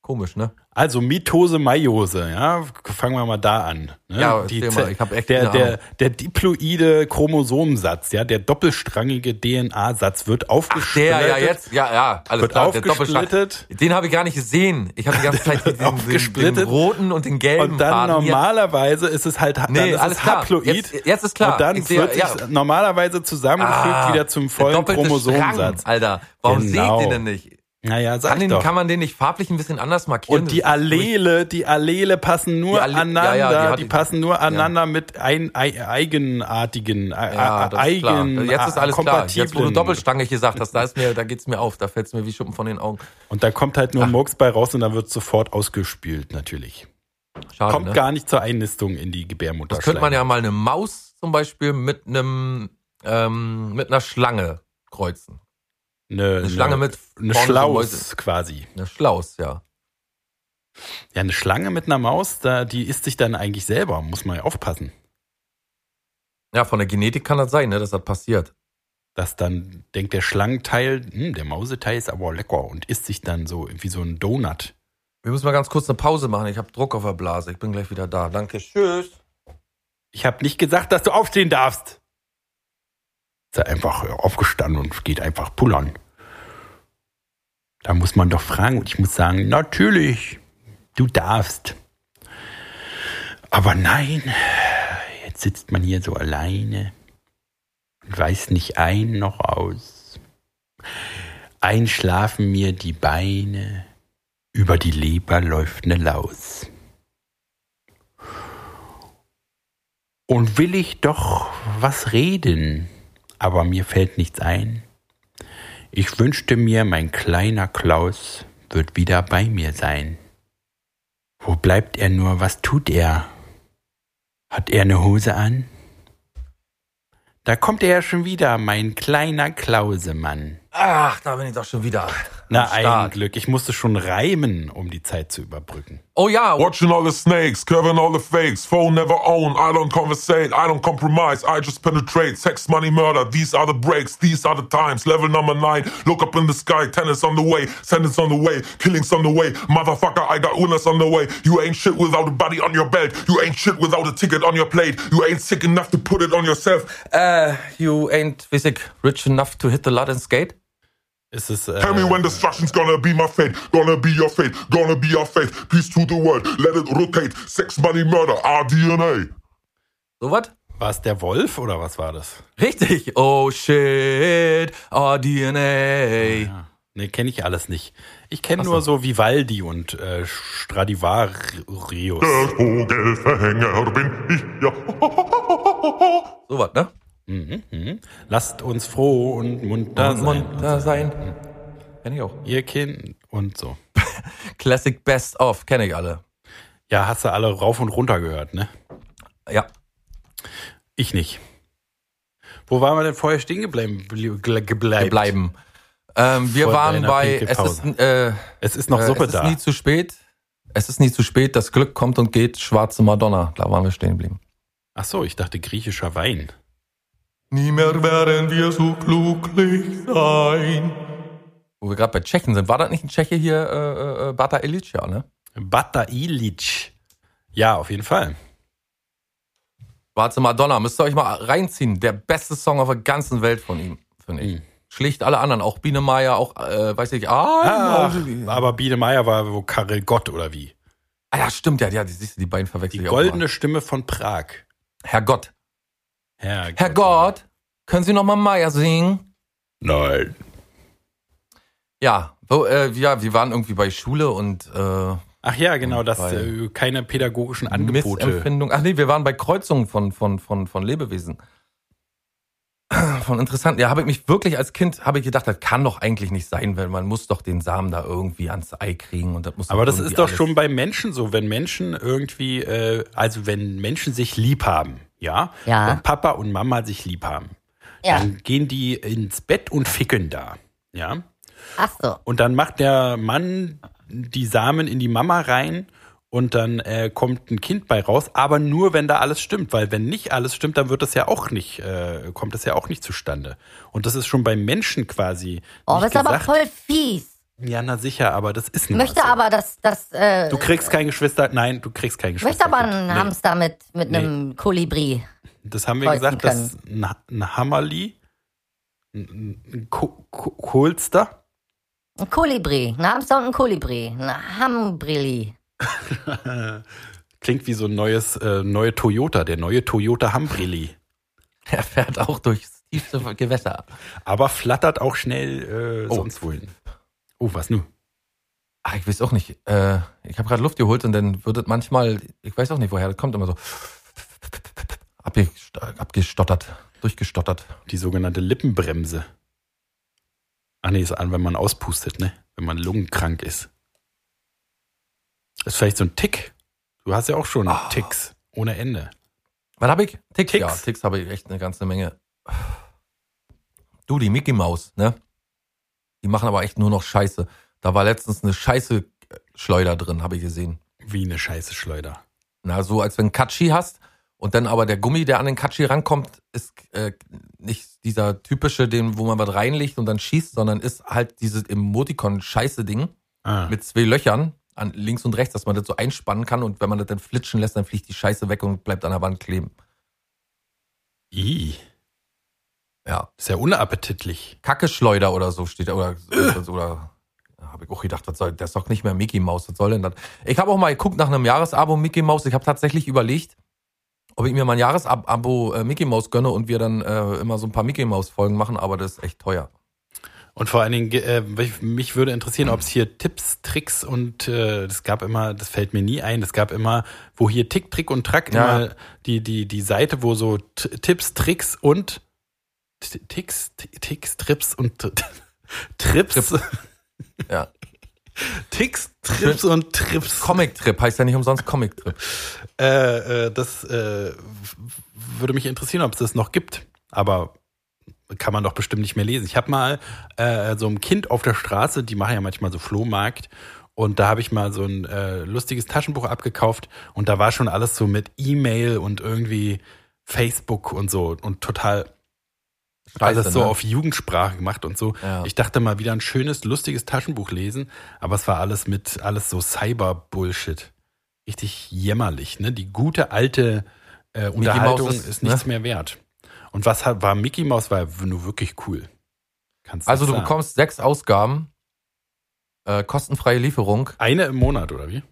komisch, ne?
Also Mitose, Meiose, ja, fangen wir mal da an. Ne?
Ja,
Die
erzähl mal,
Ze-
ich hab echt
der,
keine
der, der diploide Chromosomensatz, ja, der doppelstrangige DNA-Satz wird aufgesplittet.
Der, ja, jetzt, ja, ja, alles
Wird
klar. Der Doppelschlag.
aufgesplittet.
Den habe ich gar nicht gesehen. Ich habe
(laughs)
die ganze Zeit den, den, den,
aufgesplittet.
roten und den gelben
Und dann
Faden hier.
normalerweise ist es halt dann
Nee,
ist
alles
es
klar.
haploid.
Jetzt- jetzt ist klar.
Und dann
Ich sehe,
wird
ja.
es normalerweise zusammengefügt
Ah,
wieder zum
der
vollen
doppelte
Chromosomensatz.
Strang, Alter, warum
Genau.
seht ihr denn nicht?
Naja, sag
Kann,
ich
den,
doch.
kann man den nicht farblich ein bisschen anders markieren?
Und die
Das ist durch-
Allele, die Allele passen nur
Die Alle-
aneinander,
ja, ja, die hat-
die, passen nur aneinander mit ein, ei- eigenartigen,
Ja,
ja,
das ist klar.
eigen,
Jetzt ist alles klar. Jetzt, wo du
kompatiblen.
doppelstangig gesagt hast, da ist mir, da geht's mir auf, da fällt's mir wie Schuppen von den Augen.
Und da kommt halt nur Murks bei raus und dann wird sofort ausgespült, natürlich.
Schade,
Kommt
ne?
gar nicht zur Einnistung in die Gebärmutter.
Das könnte man ja mal eine Maus zum Beispiel mit einem, ähm, mit einer Schlange kreuzen.
eine,
Eine Schlange mit vorne
eine
so
Schlaus
Mäuse.
quasi.
Eine Schlaus, ja.
Ja, eine Schlange mit einer Maus, da, die isst sich dann eigentlich selber, muss man ja aufpassen.
Ja, von der Genetik kann das sein, ne, dass das passiert.
dass dann denkt der Schlangenteil, hm, der Mauseteil ist aber lecker und isst sich dann so wie so ein Donut.
Wir müssen mal ganz kurz eine Pause machen. Ich habe Druck auf der Blase. Ich bin gleich wieder da. Danke.
Ich habe nicht gesagt, dass du aufstehen darfst. Ist er einfach aufgestanden und geht einfach pullern. Da muss man doch fragen und ich muss sagen, natürlich, du darfst. Aber nein, jetzt sitzt man hier so alleine und weiß nicht ein noch aus. Einschlafen mir die Beine, über die Leber läuft ne Laus. Und will ich doch was reden, aber mir fällt nichts ein. Ich wünschte mir, mein kleiner Klaus wird wieder bei mir sein. Wo bleibt er nur, was tut er? Hat er eine Hose an? Da kommt er ja schon wieder, mein kleiner Klausemann.
Ach, da bin ich doch schon wieder.
Na, ein
Stark.
Glück, ich musste schon reimen, um die Zeit zu überbrücken.
Oh ja,
Watching all the snakes, curving all the fakes. Phone never own, I don't conversate, I don't compromise, I just penetrate. Sex, money, murder, these are the breaks, these are the times. Level number nine, look up in the sky, tennis on the way, sentence on the way, killings on the way. Motherfucker, I got illness on the way. You ain't shit without a body on your belt, you ain't shit without a ticket on your plate, you ain't sick enough to put it on yourself.
äh, you ain't basic rich enough to hit the lot and skate.
Ist es, äh,
Tell me when destruction's gonna be my fate, gonna be your fate, gonna be our fate. Peace to the world, let it rotate. Sex, money, murder, our DNA.
So was?
war es der Wolf oder was war das?
(laughs) Richtig. Oh shit, our DNA.
Ja. Nee, kenne ich alles nicht. Ich kenne
Ach
nur so Vivaldi und äh, Stradivarius.
Der Vogelverhänger bin ich, ja.
So was, ne?
Mhm, mhm. Lasst uns froh und munter
Und
sein.
munter sein. Kenn ich auch.
Ihr Kind und so.
Classic Best of, kenne ich alle.
Ja, hast du alle rauf und runter gehört, ne?
Ja.
Ich nicht. Wo waren wir denn vorher stehen geblieben? Geblie- gle- gebleibt?
Bleiben. Ähm, wir
Voll
waren
deiner
bei es
pinke
ist,
Pause.
äh,
Es ist noch
äh,
Suppe
es ist
da.
nie zu spät. Es ist nie zu spät, das Glück kommt und geht, schwarze Madonna. Da waren wir stehen geblieben.
Ach so, ich dachte griechischer Wein.
Nie mehr werden wir so glücklich sein.
Wo wir gerade bei Tschechen sind. War das nicht ein Tscheche hier, äh, äh, Bata Ilitscha, ne?
Bata Ilic. Ja, auf jeden Fall.
Schwarze Madonna, müsst ihr euch mal reinziehen. Der beste Song auf der ganzen Welt von ihm, finde ich.
Mhm.
Schlicht alle anderen, auch Biene Meier, auch, äh, weiß ich, ah,
Ach, aber Biene Meier war wo Karel Gott oder wie?
ah, ja, stimmt, ja, ja, die, siehst du, die beiden
Die
verwechseln
goldene Stimme von Prag.
Herr Gott.
Herr,
Herr Gott, können Sie nochmal Meier singen?
Nein.
Ja, wo, äh, ja, wir waren irgendwie bei Schule und, äh,
Ach ja, genau, dass
Weil-
äh, keine pädagogischen Angebote.
Missempfindung. Ach nee, wir waren bei Kreuzungen von, von, von, von Lebewesen. (clears throat) Von interessanten. Ja, habe ich mich wirklich als Kind, habe ich gedacht, das kann doch eigentlich nicht sein, weil man muss doch den Samen da irgendwie ans Ei kriegen und das muss
Aber das
irgendwie
ist doch
alles-
schon bei Menschen so, wenn Menschen irgendwie, äh, also wenn Menschen sich lieb haben, ja?
Ja.
Wenn Papa und Mama sich lieb haben,
Ja.
dann gehen die ins Bett und ficken da, ja?
Ach so.
Und dann macht der Mann die Samen in die Mama rein und dann äh, kommt ein Kind bei raus, aber nur wenn da alles stimmt, weil wenn nicht alles stimmt, dann wird das ja auch nicht, äh, kommt das ja auch nicht zustande. Und das ist schon beim Menschen quasi.
Oh,
nicht
das ist aber
gesagt.
voll fies.
Ja, na sicher, aber das ist
Ich
nun mal
möchte
so.
aber, dass, dass äh,
Du kriegst kein Geschwister. Nein, du kriegst kein
ich
Geschwister.
möchte aber einen
Nee.
Hamster mit, mit einem Kolibri.
Das haben wir
kreuzen
gesagt, dass ein, Ha- ein Hammerli, ein, ein Ko- Ko- Kohlster,
Ein Kolibri. Ein Hamster und ein Kolibri. Ein Hambrili.
klingt wie so ein neues, äh, neue Toyota, der neue Toyota Hambrili.
(laughs) Er fährt auch durchs tiefste Gewässer.
Aber flattert auch schnell äh,
Oh.
sonst wohin. Oh, was nun?
Ach, ich weiß auch nicht. Äh, ich habe gerade Luft geholt und dann wird es manchmal, ich weiß auch nicht, woher das kommt, immer so (laughs) abgest- abgestottert, durchgestottert.
Die sogenannte Lippenbremse. Ach nee, ist an, wenn man auspustet, ne? Wenn man lungenkrank ist. Ist vielleicht so ein Tick. Du hast ja auch schon Ticks ohne Ende.
Was habe ich? Ticks.
Ticks.
Ja, Ticks habe ich echt eine ganze Menge. Du, die Mickey Maus, ne? Die machen aber echt nur noch Scheiße. Da war letztens eine Scheiße äh, Schleuder drin, habe ich gesehen.
Wie eine scheiße Schleuder.
Na, so als wenn Katschi hast und dann aber der Gummi, der an den Katschi rankommt, ist äh, nicht dieser typische, den, wo man was reinlegt und dann schießt, sondern ist halt dieses Emoticon-Scheiße-Ding
Ah.
mit zwei Löchern an links und rechts, dass man das so einspannen kann und wenn man das dann flitschen lässt, dann fliegt die Scheiße weg und bleibt an der Wand kleben.
I.
Ja.
Ist ja unappetitlich.
Kacke-Schleuder oder so steht da, oder, oder, oder habe ich auch gedacht, was soll, das ist doch nicht mehr Mickey Mouse, was soll denn das? Ich habe auch mal geguckt nach einem Jahresabo Mickey Mouse, ich habe tatsächlich überlegt, ob ich mir mal ein Jahresabo äh, Mickey Mouse gönne und wir dann äh, immer so ein paar Mickey Mouse Folgen machen, aber das ist echt teuer.
Und vor allen Dingen, äh, mich- mich würde interessieren, ob es hier Tipps, Tricks und äh, das gab immer, das fällt mir nie ein, es gab immer, wo hier Tick, Trick und Track
Ja.
immer die, die, die Seite, wo so T Tipps, Tricks und T Ticks, T Ticks, Trips und T (laughs) Trips.
Ja.
(laughs) Ticks, Trips und Trips.
Comic Trip heißt ja nicht umsonst Comic Trip.
Äh, äh, das äh, w- würde mich interessieren, ob es das noch gibt. Aber kann man doch bestimmt nicht mehr lesen. Ich habe mal äh, so ein Kind auf der Straße, die machen ja manchmal so Flohmarkt. Und da habe ich mal so ein äh, lustiges Taschenbuch abgekauft und da war schon alles so mit E-Mail und irgendwie Facebook und so und total
Scheiße,
alles so
ne?
auf Jugendsprache gemacht und so.
Ja.
Ich dachte mal wieder ein schönes, lustiges Taschenbuch lesen, aber es war alles mit alles so Cyber-Bullshit. Richtig jämmerlich, ne? Die gute alte äh, Unterhaltung
Mouse ist,
ist, nichts
ne?
mehr wert. Und was hat, war Mickey Mouse war w- nur wirklich cool. Kannst
Also
nicht
du
sagen.
bekommst sechs Ausgaben, äh, kostenfreie Lieferung,
eine im Monat oder wie?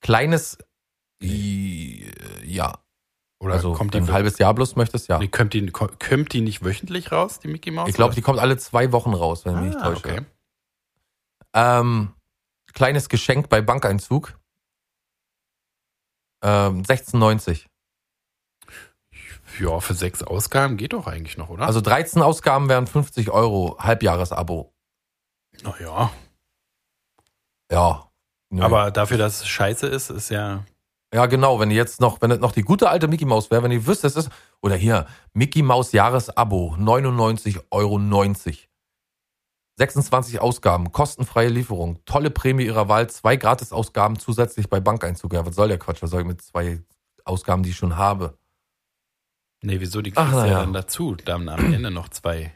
kleines I- ja,
Oder
also
kommt
kommt
die
ein halbes Jahr bloß möchtest, ja.
Nee, kommt die, ko- kommt die nicht wöchentlich raus, die Mickey Mouse?
Ich glaube, die kommt alle zwei Wochen raus, wenn ich mich nicht
ah,
täusche.
okay.
Ähm, kleines Geschenk bei Bankeinzug. Ähm, 16,90.
Ja, für sechs Ausgaben geht doch eigentlich noch, oder?
Also 13 Ausgaben wären 50 Euro, Halbjahresabo.
naja.
Ja. Nö.
Aber dafür, dass es scheiße ist, ist ja.
ja, genau, wenn die jetzt noch, wenn das noch die gute alte Mickey Maus wäre, wenn ihr wüsst, es ist, oder hier, Mickey Maus Jahresabo, 99,90 Euro. 26 Ausgaben, kostenfreie Lieferung, tolle Prämie ihrer Wahl, zwei Gratisausgaben zusätzlich bei Bankeinzug. Ja, was soll der Quatsch? Was soll ich mit zwei Ausgaben, die ich schon habe?
Nee, wieso? Die
Ach,
kriegst du ja,
naja.
dann dazu. Dann am Ende noch zwei.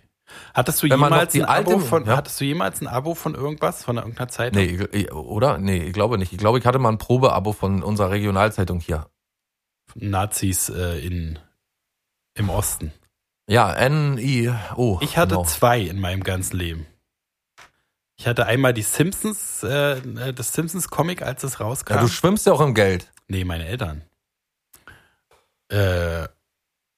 Hattest du,
Wenn man noch
jemals
die
ein Abo
alte-
von,
ja.
hattest du jemals ein Abo von irgendwas, von irgendeiner Zeitung?
Nee, ich- ich- oder? Nee, ich glaube nicht. Ich glaube, ich hatte mal ein Probeabo von unserer Regionalzeitung hier.
Nazis äh, in, im Osten.
Ja, N-I-O.
Ich hatte
genau.
zwei in meinem ganzen Leben. Ich hatte einmal die Simpsons, äh, äh, das Simpsons-Comic, als es rauskam.
Ja, du schwimmst ja auch im Geld.
Nee, meine Eltern. Äh,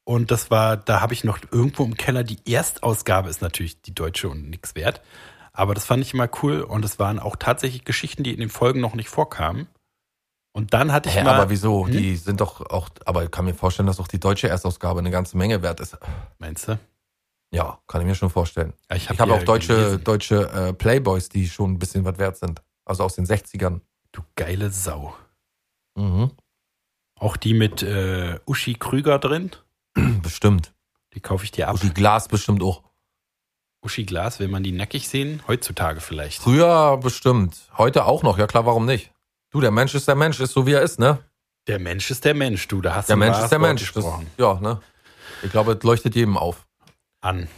und das war, da habe ich noch irgendwo im Keller, die Erstausgabe ist natürlich die deutsche und nichts wert. Aber das fand ich immer cool und es waren auch tatsächlich Geschichten, die in den Folgen noch nicht vorkamen. Und dann hatte ich
Hä,
mal.
aber wieso?
Hm?
Die sind doch auch, aber ich kann mir vorstellen, dass auch die deutsche Erstausgabe eine ganze Menge wert ist.
Meinst du?
Ja, kann ich mir schon vorstellen.
Ja, hab
Ich habe
die
auch
ja
deutsche,
gelesen.
deutsche äh, Playboys, die schon ein bisschen was wert sind. Also aus den 60ern.
Du geile Sau.
Mhm.
Auch die mit äh, Uschi Krüger drin.
(clears throat) Bestimmt.
Die kaufe ich dir ab.
Und die Glas bestimmt auch.
Uschi Glas, will man die nackig sehen? Heutzutage vielleicht.
Früher bestimmt. Heute auch noch. Ja klar, warum nicht? Du, der Mensch ist der Mensch, ist so wie er ist, ne?
Der Mensch ist der Mensch, du. Da hast
Der
du ein
Mensch
wahres
ist der
Wort
Mensch. Das,
gesprochen.
ja, ne? Ich glaube, es leuchtet jedem auf.
an.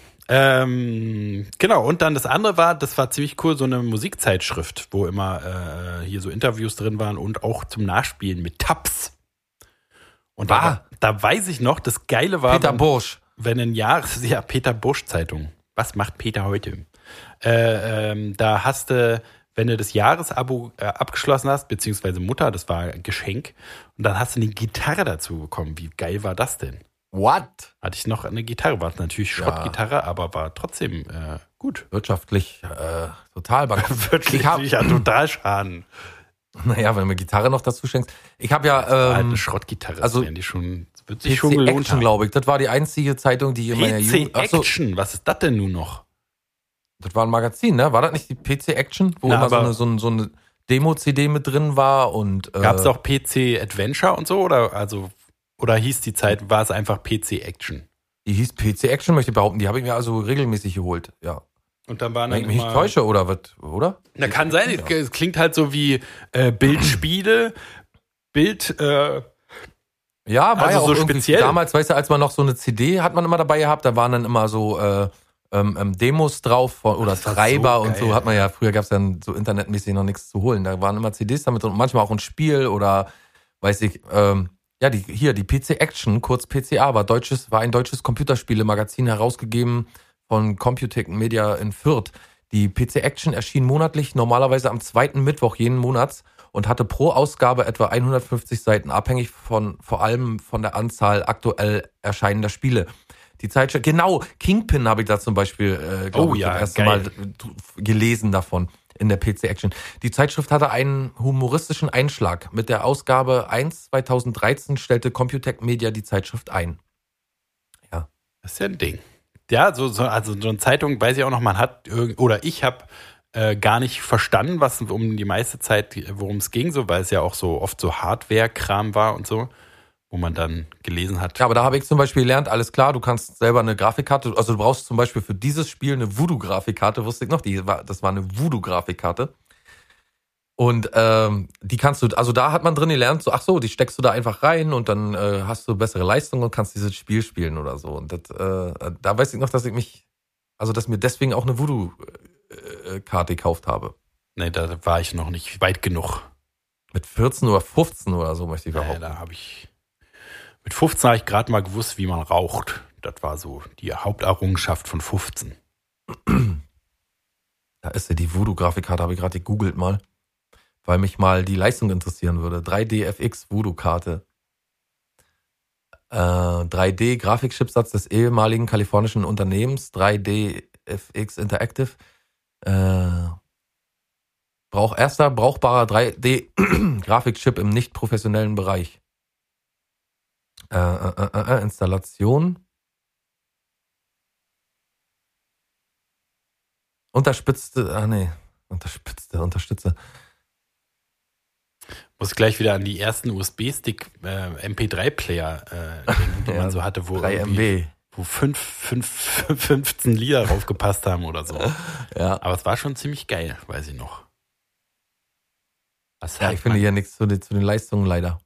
Ähm, genau, und dann das andere war, das war ziemlich cool, so eine Musikzeitschrift, wo immer äh, hier so Interviews drin waren und auch zum Nachspielen mit Taps. Und da,
Ah.
war- da weiß ich noch, das Geile war,
Peter
wenn-
Bursch.
wenn ein Jahres, (laughs) ja, Peter Busch Zeitung. Was macht Peter heute? Äh, ähm, da hast du, wenn du das Jahresabo äh, abgeschlossen hast, beziehungsweise Mutter, das war ein Geschenk, und dann hast du eine Gitarre dazu bekommen. Wie geil war das denn?
What?
Hatte ich noch eine Gitarre, war natürlich
Ja.
Schrottgitarre, aber war trotzdem äh, gut.
Wirtschaftlich äh, total
(laughs)
bankrott.
Wirklich,
Ich hab,
ich hatte total Schaden.
naja, wenn du mir Gitarre noch dazu schenkst. Ich habe ja ähm,
halt Eine Schrottgitarre,
also
wenn die schon, das wird sich schon
PC
gelohnt
Action,
haben.
glaube ich. Das war die einzige Zeitung, die in meiner
PC
Jugend. Achso,
Action, was ist das denn nun noch?
das war ein Magazin, ne? War das nicht die PC Action, wo
Na,
immer so
aber-
eine, so ein- so eine Demo-CD mit drin war und äh,
Gab es auch PC Adventure und so? Oder, also, oder hieß die Zeit, war es einfach PC Action?
die hieß PC Action, möchte ich behaupten. Die habe ich mir also regelmäßig geholt, ja.
Und dann waren
Wenn ich mich nicht täusche, oder was, oder?
Na, kann sein. Es- Es klingt halt so wie äh, Bildspiele, Bild. Äh,
Ja, war
Also
ja
so
auch irgendwie
speziell.
Damals, weißt du, als man noch so eine CD hat man immer dabei gehabt, da waren dann immer so äh, ähm, ähm, Demos drauf von, oder
Das war
Treiber
so
und so
geil.
hat man ja, früher gab's dann so internetmäßig noch nichts zu holen. Da waren immer CDs damit und manchmal auch ein Spiel oder weiß ich, ähm, ja, die, hier, die PC Action, kurz PCA, war deutsches, war ein deutsches Computerspielemagazin herausgegeben von Computec Media in Fürth. Die PC Action erschien monatlich, normalerweise am zweiten Mittwoch jeden Monats und hatte pro Ausgabe etwa 150 Seiten, abhängig von vor allem von der Anzahl aktuell erscheinender Spiele. Die Zeitschrift, genau, Kingpin habe ich da zum Beispiel, äh, glaub
Oh
ich,
ja,
das erste
geil.
Mal äh, gelesen davon in der PC Action. Die Zeitschrift hatte einen humoristischen Einschlag. Mit der Ausgabe 1 2013 stellte Computec Media die Zeitschrift ein.
Das ist ja ein Ding. Ja, so, so, also so eine Zeitung weiß ich auch noch, man hat, irg- oder ich habe äh, gar nicht verstanden, was um die meiste Zeit, worum es ging, so, weil es ja auch so oft so Hardware-Kram war und so, wo man dann gelesen hat.
Ja, aber da habe ich zum Beispiel gelernt, alles klar, du kannst selber eine Grafikkarte, also du brauchst zum Beispiel für dieses Spiel eine Voodoo-Grafikkarte, wusste ich noch, die war, das war eine Voodoo-Grafikkarte. Und ähm, die kannst du, also da hat man drin gelernt, so, ach so, die steckst du da einfach rein und dann äh, hast du bessere Leistung und kannst dieses Spiel spielen oder so. Und das, äh, da weiß ich noch, dass ich mich, also dass mir deswegen auch eine Voodoo-Karte gekauft habe.
Nee, da war ich noch nicht weit genug.
Mit 14 oder 15 oder so, möchte ich
Naja,
behaupten.
da habe ich. Mit 15 habe ich gerade mal gewusst, wie man raucht. Das war so die Haupterrungenschaft von 15.
Da ist ja die Voodoo-Grafikkarte, habe ich gerade gegoogelt mal, weil mich mal die Leistung interessieren würde. 3DFX Voodoo-Karte. Äh, 3D-Grafikchipsatz des ehemaligen kalifornischen Unternehmens 3DFX Interactive. Äh, brauch erster brauchbarer 3D-Grafikchip im nicht professionellen Bereich. Äh, äh, äh, äh, Installation. Unterspitzte, ah nee, äh, unterspitzte, unterstütze.
Muss gleich wieder an die ersten USB-Stick äh, MP3-Player äh, denken, die
Ja,
man so hatte, wo,
3
irgendwie-
MB.
wo fünf, fünf, (laughs) 15 Lieder draufgepasst haben oder so.
Ja.
Aber es war schon ziemlich geil, weiß ich noch. Was
Ja,
hat
ich finde
man-
hier nichts zu, den- zu den Leistungen leider.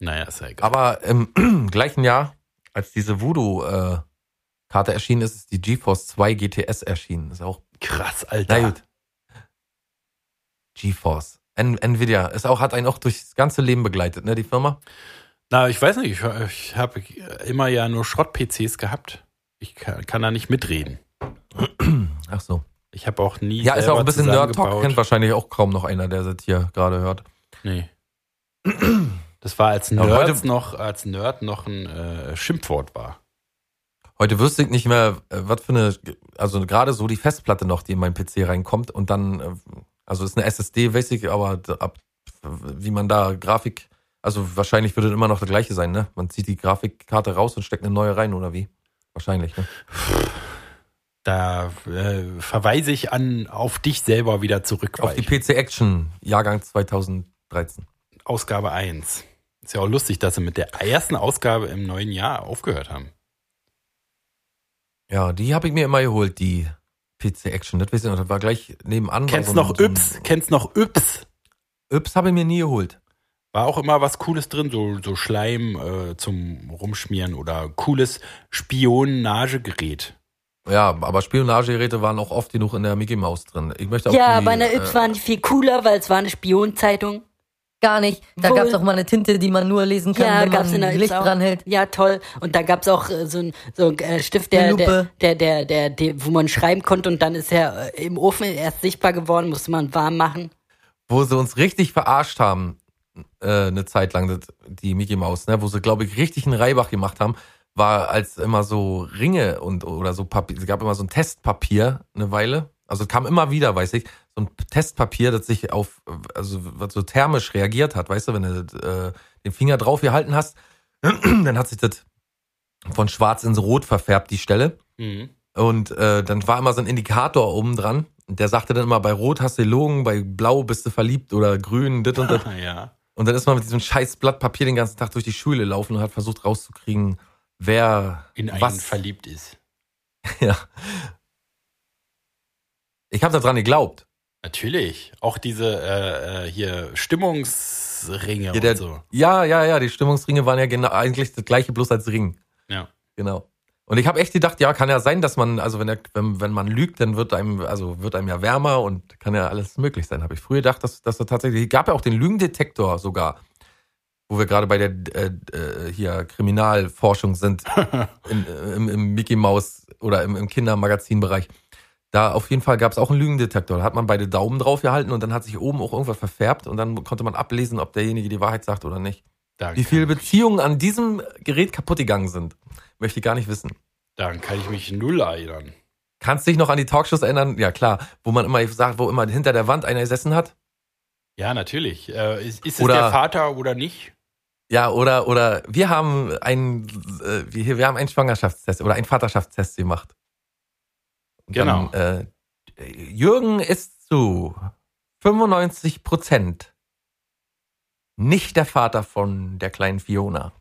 Naja, ist ja egal.
Aber im (clears throat) gleichen Jahr, als diese Voodoo-Karte erschienen ist, ist die GeForce 2 GTS erschienen. Ist auch,
krass,
na
Alter.
gut. GeForce. N Nvidia. Ist auch, hat einen auch durchs ganze Leben begleitet, ne, die Firma?
Na, ich weiß nicht, ich, ich habe immer ja nur Schrott-PCs gehabt. Ich kann, kann da nicht mitreden.
Ach so.
Ich habe auch nie.
Ja, ist
selber
auch ein bisschen Nerd-Talk.
zusammengebaut.
Kennt wahrscheinlich auch kaum noch einer, der das hier gerade hört.
Nee. Das war als
Aber
Nerd,
heute-
noch, als Nerd noch ein äh, Schimpfwort war.
Heute wüsste ich nicht mehr, äh, was für eine, also gerade so die Festplatte noch, die in meinen PC reinkommt und dann, äh, also ist eine SSD, weiß ich, aber d- ab, wie man da Grafik, also wahrscheinlich würde das immer noch das gleiche sein, ne? Man zieht die Grafikkarte raus und steckt eine neue rein, oder wie? Wahrscheinlich, ne?
Da äh, verweise ich an auf dich selber wieder zurück.
Auf
weil
die
ich-
PC Action, Jahrgang 2013.
Ausgabe 1. Ist ja auch lustig, dass sie mit der ersten Ausgabe im neuen Jahr aufgehört haben.
Ja, die habe ich mir immer geholt, die PC Action. Das weiß ich noch, das war gleich nebenan. war
Kennst
so ein-
noch
so ein-
Yps? Kennst noch Yps?
Yps habe ich mir nie geholt.
War auch immer was Cooles drin, so, so Schleim äh, zum Rumschmieren oder cooles Spionagegerät.
Ja, aber Spionagegeräte waren auch oft genug in der Mickey Maus drin. Ich möchte auch
Ja,
die, äh,
aber eine Yps
äh,
waren die viel cooler, weil es war eine Spionzeitung.
Gar nicht. Da
Wohl.
gab es auch mal eine Tinte, die man nur lesen kann,
Ja,
wenn
gab's
man
in der Yps
Licht
auch.
dran hält.
Ja, toll. Und da gab's auch äh, so ein so ein, äh, Stift, der,
Eine
der,
Lupe.
der, der, der, der, wo man schreiben konnte und dann ist er äh, im Ofen erst sichtbar geworden, musste man warm machen.
wo sie uns richtig verarscht haben, äh, eine Zeit lang, das- die Mickey Maus, ne, wo sie, glaube ich, richtig einen Reibach gemacht haben, war als immer so Ringe und oder so Papier, es gab immer so ein Testpapier eine Weile. Also es kam immer wieder, weiß ich, so ein Testpapier, das sich auf, äh, also was so thermisch reagiert hat, weißt du, wenn du das, äh, den Finger drauf gehalten hast, (clears throat) dann hat sich das von schwarz ins rot verfärbt, die Stelle. Und äh, dann war immer so ein Indikator oben dran. Und Der sagte dann immer, bei Rot hast du gelogen, bei Blau bist du verliebt oder Grün, dit und dit.
Ah, ja.
Und dann ist man mit diesem scheiß Blatt Papier den ganzen Tag durch die Schule laufen und hat versucht rauszukriegen, wer
In einen
was
verliebt ist.
Ja. Ich habe daran geglaubt.
Natürlich. Auch diese äh, äh, hier Stimmungsringe
Hier der-
und so.
Ja, ja, ja, die Stimmungsringe waren ja genau, eigentlich das gleiche, bloß als Ring.
Ja.
Genau. Und ich habe echt gedacht, ja, kann ja sein, dass man, also wenn, er, wenn, wenn man lügt, dann wird einem, also wird einem ja wärmer und kann ja alles möglich sein. Habe ich früher gedacht, dass, dass er tatsächlich, gab ja auch den Lügendetektor sogar, wo wir gerade bei der äh, äh, hier Kriminalforschung sind, in, äh, im, im Mickey Maus oder im, im Kindermagazinbereich. Da auf jeden Fall gab es auch einen Lügendetektor. Da hat man beide Daumen drauf gehalten und dann hat sich oben auch irgendwas verfärbt und dann konnte man ablesen, ob derjenige die Wahrheit sagt oder nicht.
Danke.
Wie viele Beziehungen an diesem Gerät kaputt gegangen sind, möchte ich gar nicht wissen.
Daran kann ich mich null erinnern.
Kannst dich noch an die Talkshows erinnern? Ja, klar. Wo man immer sagt, wo immer hinter der Wand einer gesessen hat?
Ja, natürlich. Äh, ist, ist es
Oder-
der Vater oder nicht?
Ja, oder, oder wir haben einen, äh, wir, hier- wir haben einen Schwangerschaftstest oder einen Vaterschaftstest gemacht. Und
Genau.
Dann, äh, Jürgen ist zu 95 Prozent nicht der Vater von der kleinen Fiona.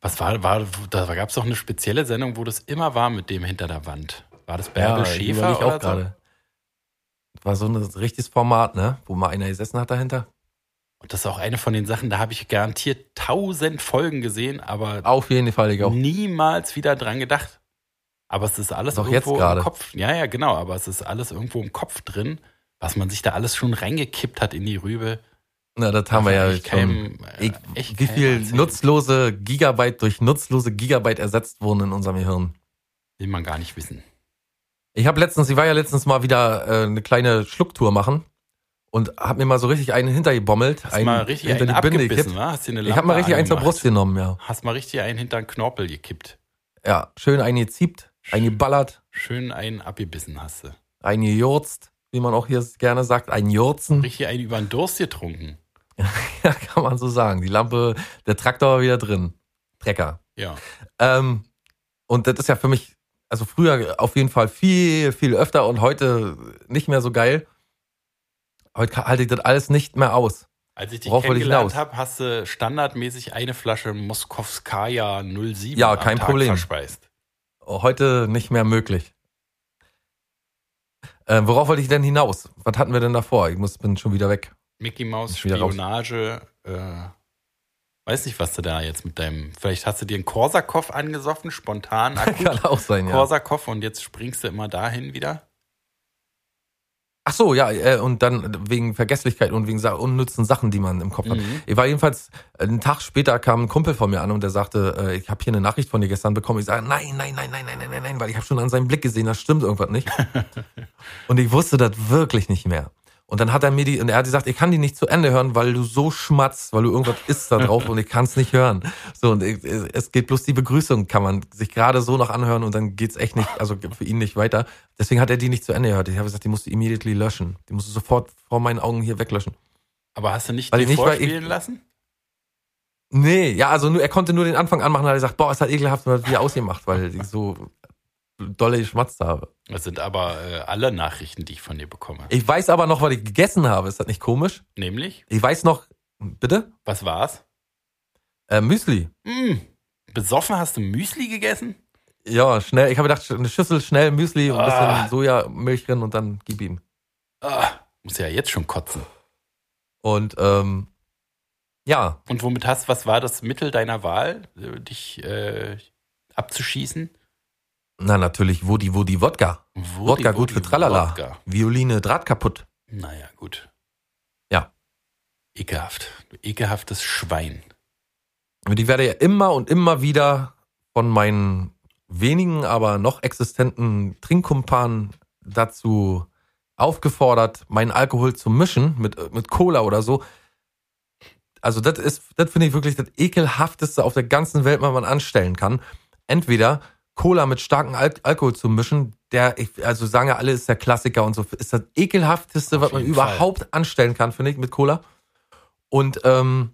Was war, war da gab es doch eine spezielle Sendung, wo das immer war mit dem hinter der Wand. War das Bärbel
ich
Schäfer
überleg
oder
auch
so?
gerade. War so ein richtiges Format, ne? Wo mal einer gesessen hat dahinter.
Und das ist auch eine von den Sachen, da habe ich garantiert tausend Folgen gesehen, aber
Auf jeden Fall, ich auch.
niemals wieder dran gedacht. Aber es ist alles
Doch jetzt
irgendwo
gerade.
im Kopf. Ja, ja, genau, aber es ist alles irgendwo im Kopf drin, was man sich da alles schon reingekippt hat in die Rübe.
Na, das haben wir ja
ich
schon.
keinem, äh,
Ich,
echt
wie
keinem
viel
erzählen.
nutzlose Gigabyte durch nutzlose Gigabyte ersetzt wurden in unserem Gehirn.
Will man gar nicht wissen.
Ich habe letztens, ich war ja letztens mal wieder äh, eine kleine Schlucktour machen und habe mir mal so richtig einen hintergebommelt.
Hast mal richtig einen abgebissen, wa? Hast dir eine
Ich habe mal
Lampe
richtig einen zur
angemacht.
Brust genommen, ja.
Hast mal richtig einen hinter den Knorpel gekippt.
Ja, schön eingeziebt, eingeballert,
Schön einen abgebissen hast du.
eingejurzt, wie man auch hier gerne sagt, einjurzen.
Richtig einen über den Durst getrunken.
(laughs) Ja, kann man so sagen. Die Lampe, der Traktor war wieder drin. Trecker.
Ja.
Ähm, und das ist ja für mich, also früher auf jeden Fall viel, viel öfter und heute nicht mehr so geil. Heute ka- halte ich das alles nicht mehr aus.
Als ich dich
Worauf will ich
kennengelernt
hinaus?
habe, hast du standardmäßig eine Flasche Moskowskaja 07
Ja,
am
kein
Tag
Problem.
verspeist.
Heute nicht mehr möglich. Äh, worauf wollte ich denn hinaus? Was hatten wir denn davor? Ich muss, bin schon wieder weg. (laughs)
Mickey Maus,
Ich bin wieder raus.
Spionage, äh, weiß nicht, was du da jetzt mit deinem, vielleicht hast du dir einen Korsakow
(laughs)
angesoffen, spontan,
Kann
akut
auch sein, ja.
Korsakow und jetzt springst du immer dahin wieder.
Ach so, ja, äh, und dann wegen Vergesslichkeit und wegen sa- unnützen Sachen, die man im Kopf hat.
Mhm.
Ich war jedenfalls, äh, einen Tag später kam ein Kumpel von mir an und der sagte, äh, ich habe hier eine Nachricht von dir gestern bekommen. Ich sage, nein, nein, nein, nein, nein, nein, nein, nein, weil ich habe schon an seinem Blick gesehen, da stimmt irgendwas nicht. und ich wusste das wirklich nicht mehr. Und dann hat er mir die, und er hat gesagt, ich kann die nicht zu Ende hören, weil du so schmatzt, weil du irgendwas isst da drauf und ich kann es nicht hören. So, und ich, es geht bloß die Begrüßung, kann man sich gerade so noch anhören und dann geht's echt nicht, also für ihn nicht weiter. Deswegen hat er die nicht zu Ende gehört. Ich habe gesagt, die musst du immediately löschen. Die musst du sofort vor meinen Augen hier weglöschen.
Aber hast du nicht
Weil
dir
ich nicht, weil ich-
vorspielen lassen?
Nee, ja, also nur, er konnte nur den Anfang anmachen und hat gesagt, boah, ist halt ekelhaft und hat wieder ausgemacht, weil ich so dolle geschmatzt habe.
Das sind aber äh, alle Nachrichten, die ich von dir bekomme.
Ich weiß aber noch, was ich gegessen habe. Ist das nicht komisch?
Nämlich,
Ich weiß noch, bitte?
was war's?
Äh, Müsli.
Mm. Besoffen hast du Müsli gegessen?
Ja, schnell. Ich habe gedacht, eine Schüssel schnell Müsli und ein bisschen
Ah.
Sojamilch drin und dann gib ihm.
Ah, muss ja jetzt schon kotzen.
Und ähm, ja,
Und womit hast, was war das Mittel deiner Wahl, äh, dich äh, abzuschießen?
na natürlich, Wodi Wodi Wodka.
Wodka,
Wodka gut für Tralala.
Wodka.
Violine Draht kaputt.
Naja, gut.
Ja.
Ekelhaft. Du ekelhaftes Schwein.
Und ich werde ja immer und immer wieder von meinen wenigen, aber noch existenten Trinkkumpanen dazu aufgefordert, meinen Alkohol zu mischen mit, mit Cola oder so. Also das ist, das finde ich wirklich das ekelhafteste auf der ganzen Welt, was man anstellen kann. Entweder Cola mit starkem Al Alkohol zu mischen, der, ich, also sagen ja alle, ist der Klassiker und so, ist das ekelhafteste,
Auf
was man
jeden Fall.
überhaupt anstellen kann, finde ich, mit Cola. Und ähm,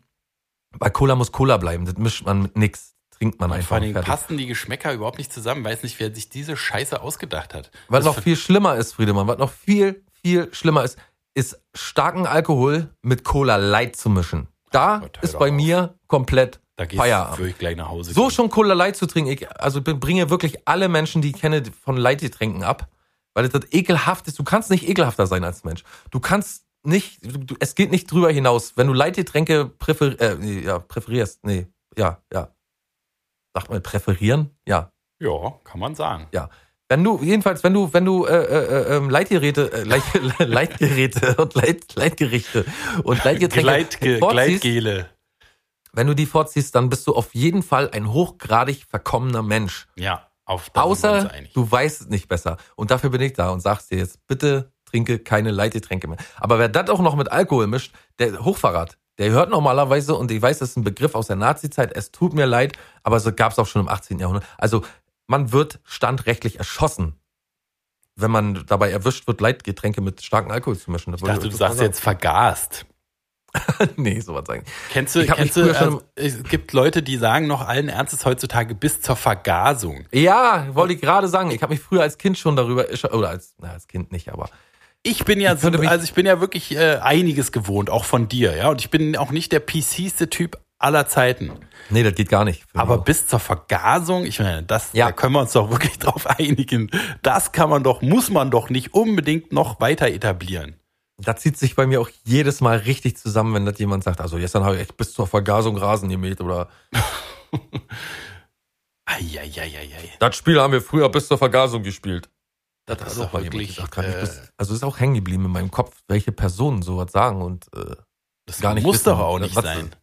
bei Cola muss Cola bleiben. Das mischt man mit nix. Trinkt man
Und
einfach.
vor allen
und
Dingen
fertig.
passen die Geschmäcker überhaupt nicht zusammen. Weiß nicht, wer sich diese Scheiße ausgedacht hat.
was
Das
noch viel schlimmer ist, Friedemann, was noch viel, viel schlimmer ist, ist starken Alkohol mit Cola Light zu mischen. Da
Gott, hör
ist
doch
bei
auf.
mir komplett
Da gehst
Feierabend.
du wirklich gleich nach Hause.
so schon Cola Light zu trinken. Ich, also ich bringe wirklich alle Menschen, die ich kenne, von Light-Getränken ab, weil das, das ekelhaft ist. Du kannst nicht ekelhafter sein als Mensch. Du kannst nicht, du, du, es geht nicht drüber hinaus. Wenn du Light-Getränke präfer, äh, nee, ja, präferierst, nee, ja, ja. Sagt man präferieren? Ja,
Ja, kann man sagen.
Wenn du, jedenfalls, wenn du, wenn du äh, äh, ähm, Leitgeräte, äh, (laughs) Leit, Leitgeräte (laughs) und Leit, Leitgerichte und Leitgetränke
Gleitge
vorziehst,
Gleitgele.
wenn du die vorziehst, dann bist du auf jeden Fall ein hochgradig verkommener Mensch.
Ja, auf da sind wir uns
Außer
einig.
du weißt es nicht besser. Und dafür bin ich da und sagst dir jetzt, bitte trinke keine Leitgetränke mehr. Aber wer das auch noch mit Alkohol mischt, der Hochverrat, der hört normalerweise, und ich weiß, das ist ein Begriff aus der Nazizeit, es tut mir leid, aber so gab es auch schon im 18. Jahrhundert. Also man wird standrechtlich erschossen, wenn man dabei erwischt wird, Leitgetränke mit starkem Alkohol zu mischen. Das
Ich dachte, du sagst jetzt vergast.
nee, sowas sagen. (laughs)
Kennst du,
Ich hab mich
kennst du
früher schon-
also, es gibt Leute, die sagen noch allen Ernstes heutzutage bis zur Vergasung.
Ja, wollte ich gerade sagen. Ich habe mich früher als Kind schon darüber, oder als, na, als Kind nicht, aber
Ich bin ja,
Ich
so,
könnte mich-
also ich bin ja wirklich äh, einiges gewohnt, auch von dir, ja. Und ich bin auch nicht der PCste Typ aller Zeiten.
nee, das geht gar nicht.
Aber bis zur Vergasung, ich meine, das,
Ja.
da können wir uns doch wirklich (laughs) drauf einigen. Das kann man doch, muss man doch nicht unbedingt noch weiter etablieren.
Da zieht sich bei mir auch jedes Mal richtig zusammen, wenn das jemand sagt, also gestern habe ich echt bis zur Vergasung Rasen gemäht oder
Eieieiei.
das Spiel haben wir früher bis zur Vergasung gespielt. Das,
Das
hat
ist
auch
doch
mal jemand
wirklich,
gesagt, kann ich
äh,
bis- Also ist auch hängen geblieben in meinem Kopf, welche Personen sowas sagen und äh,
Das
Gar nicht
muss
wissen,
doch auch nicht
was-
sein.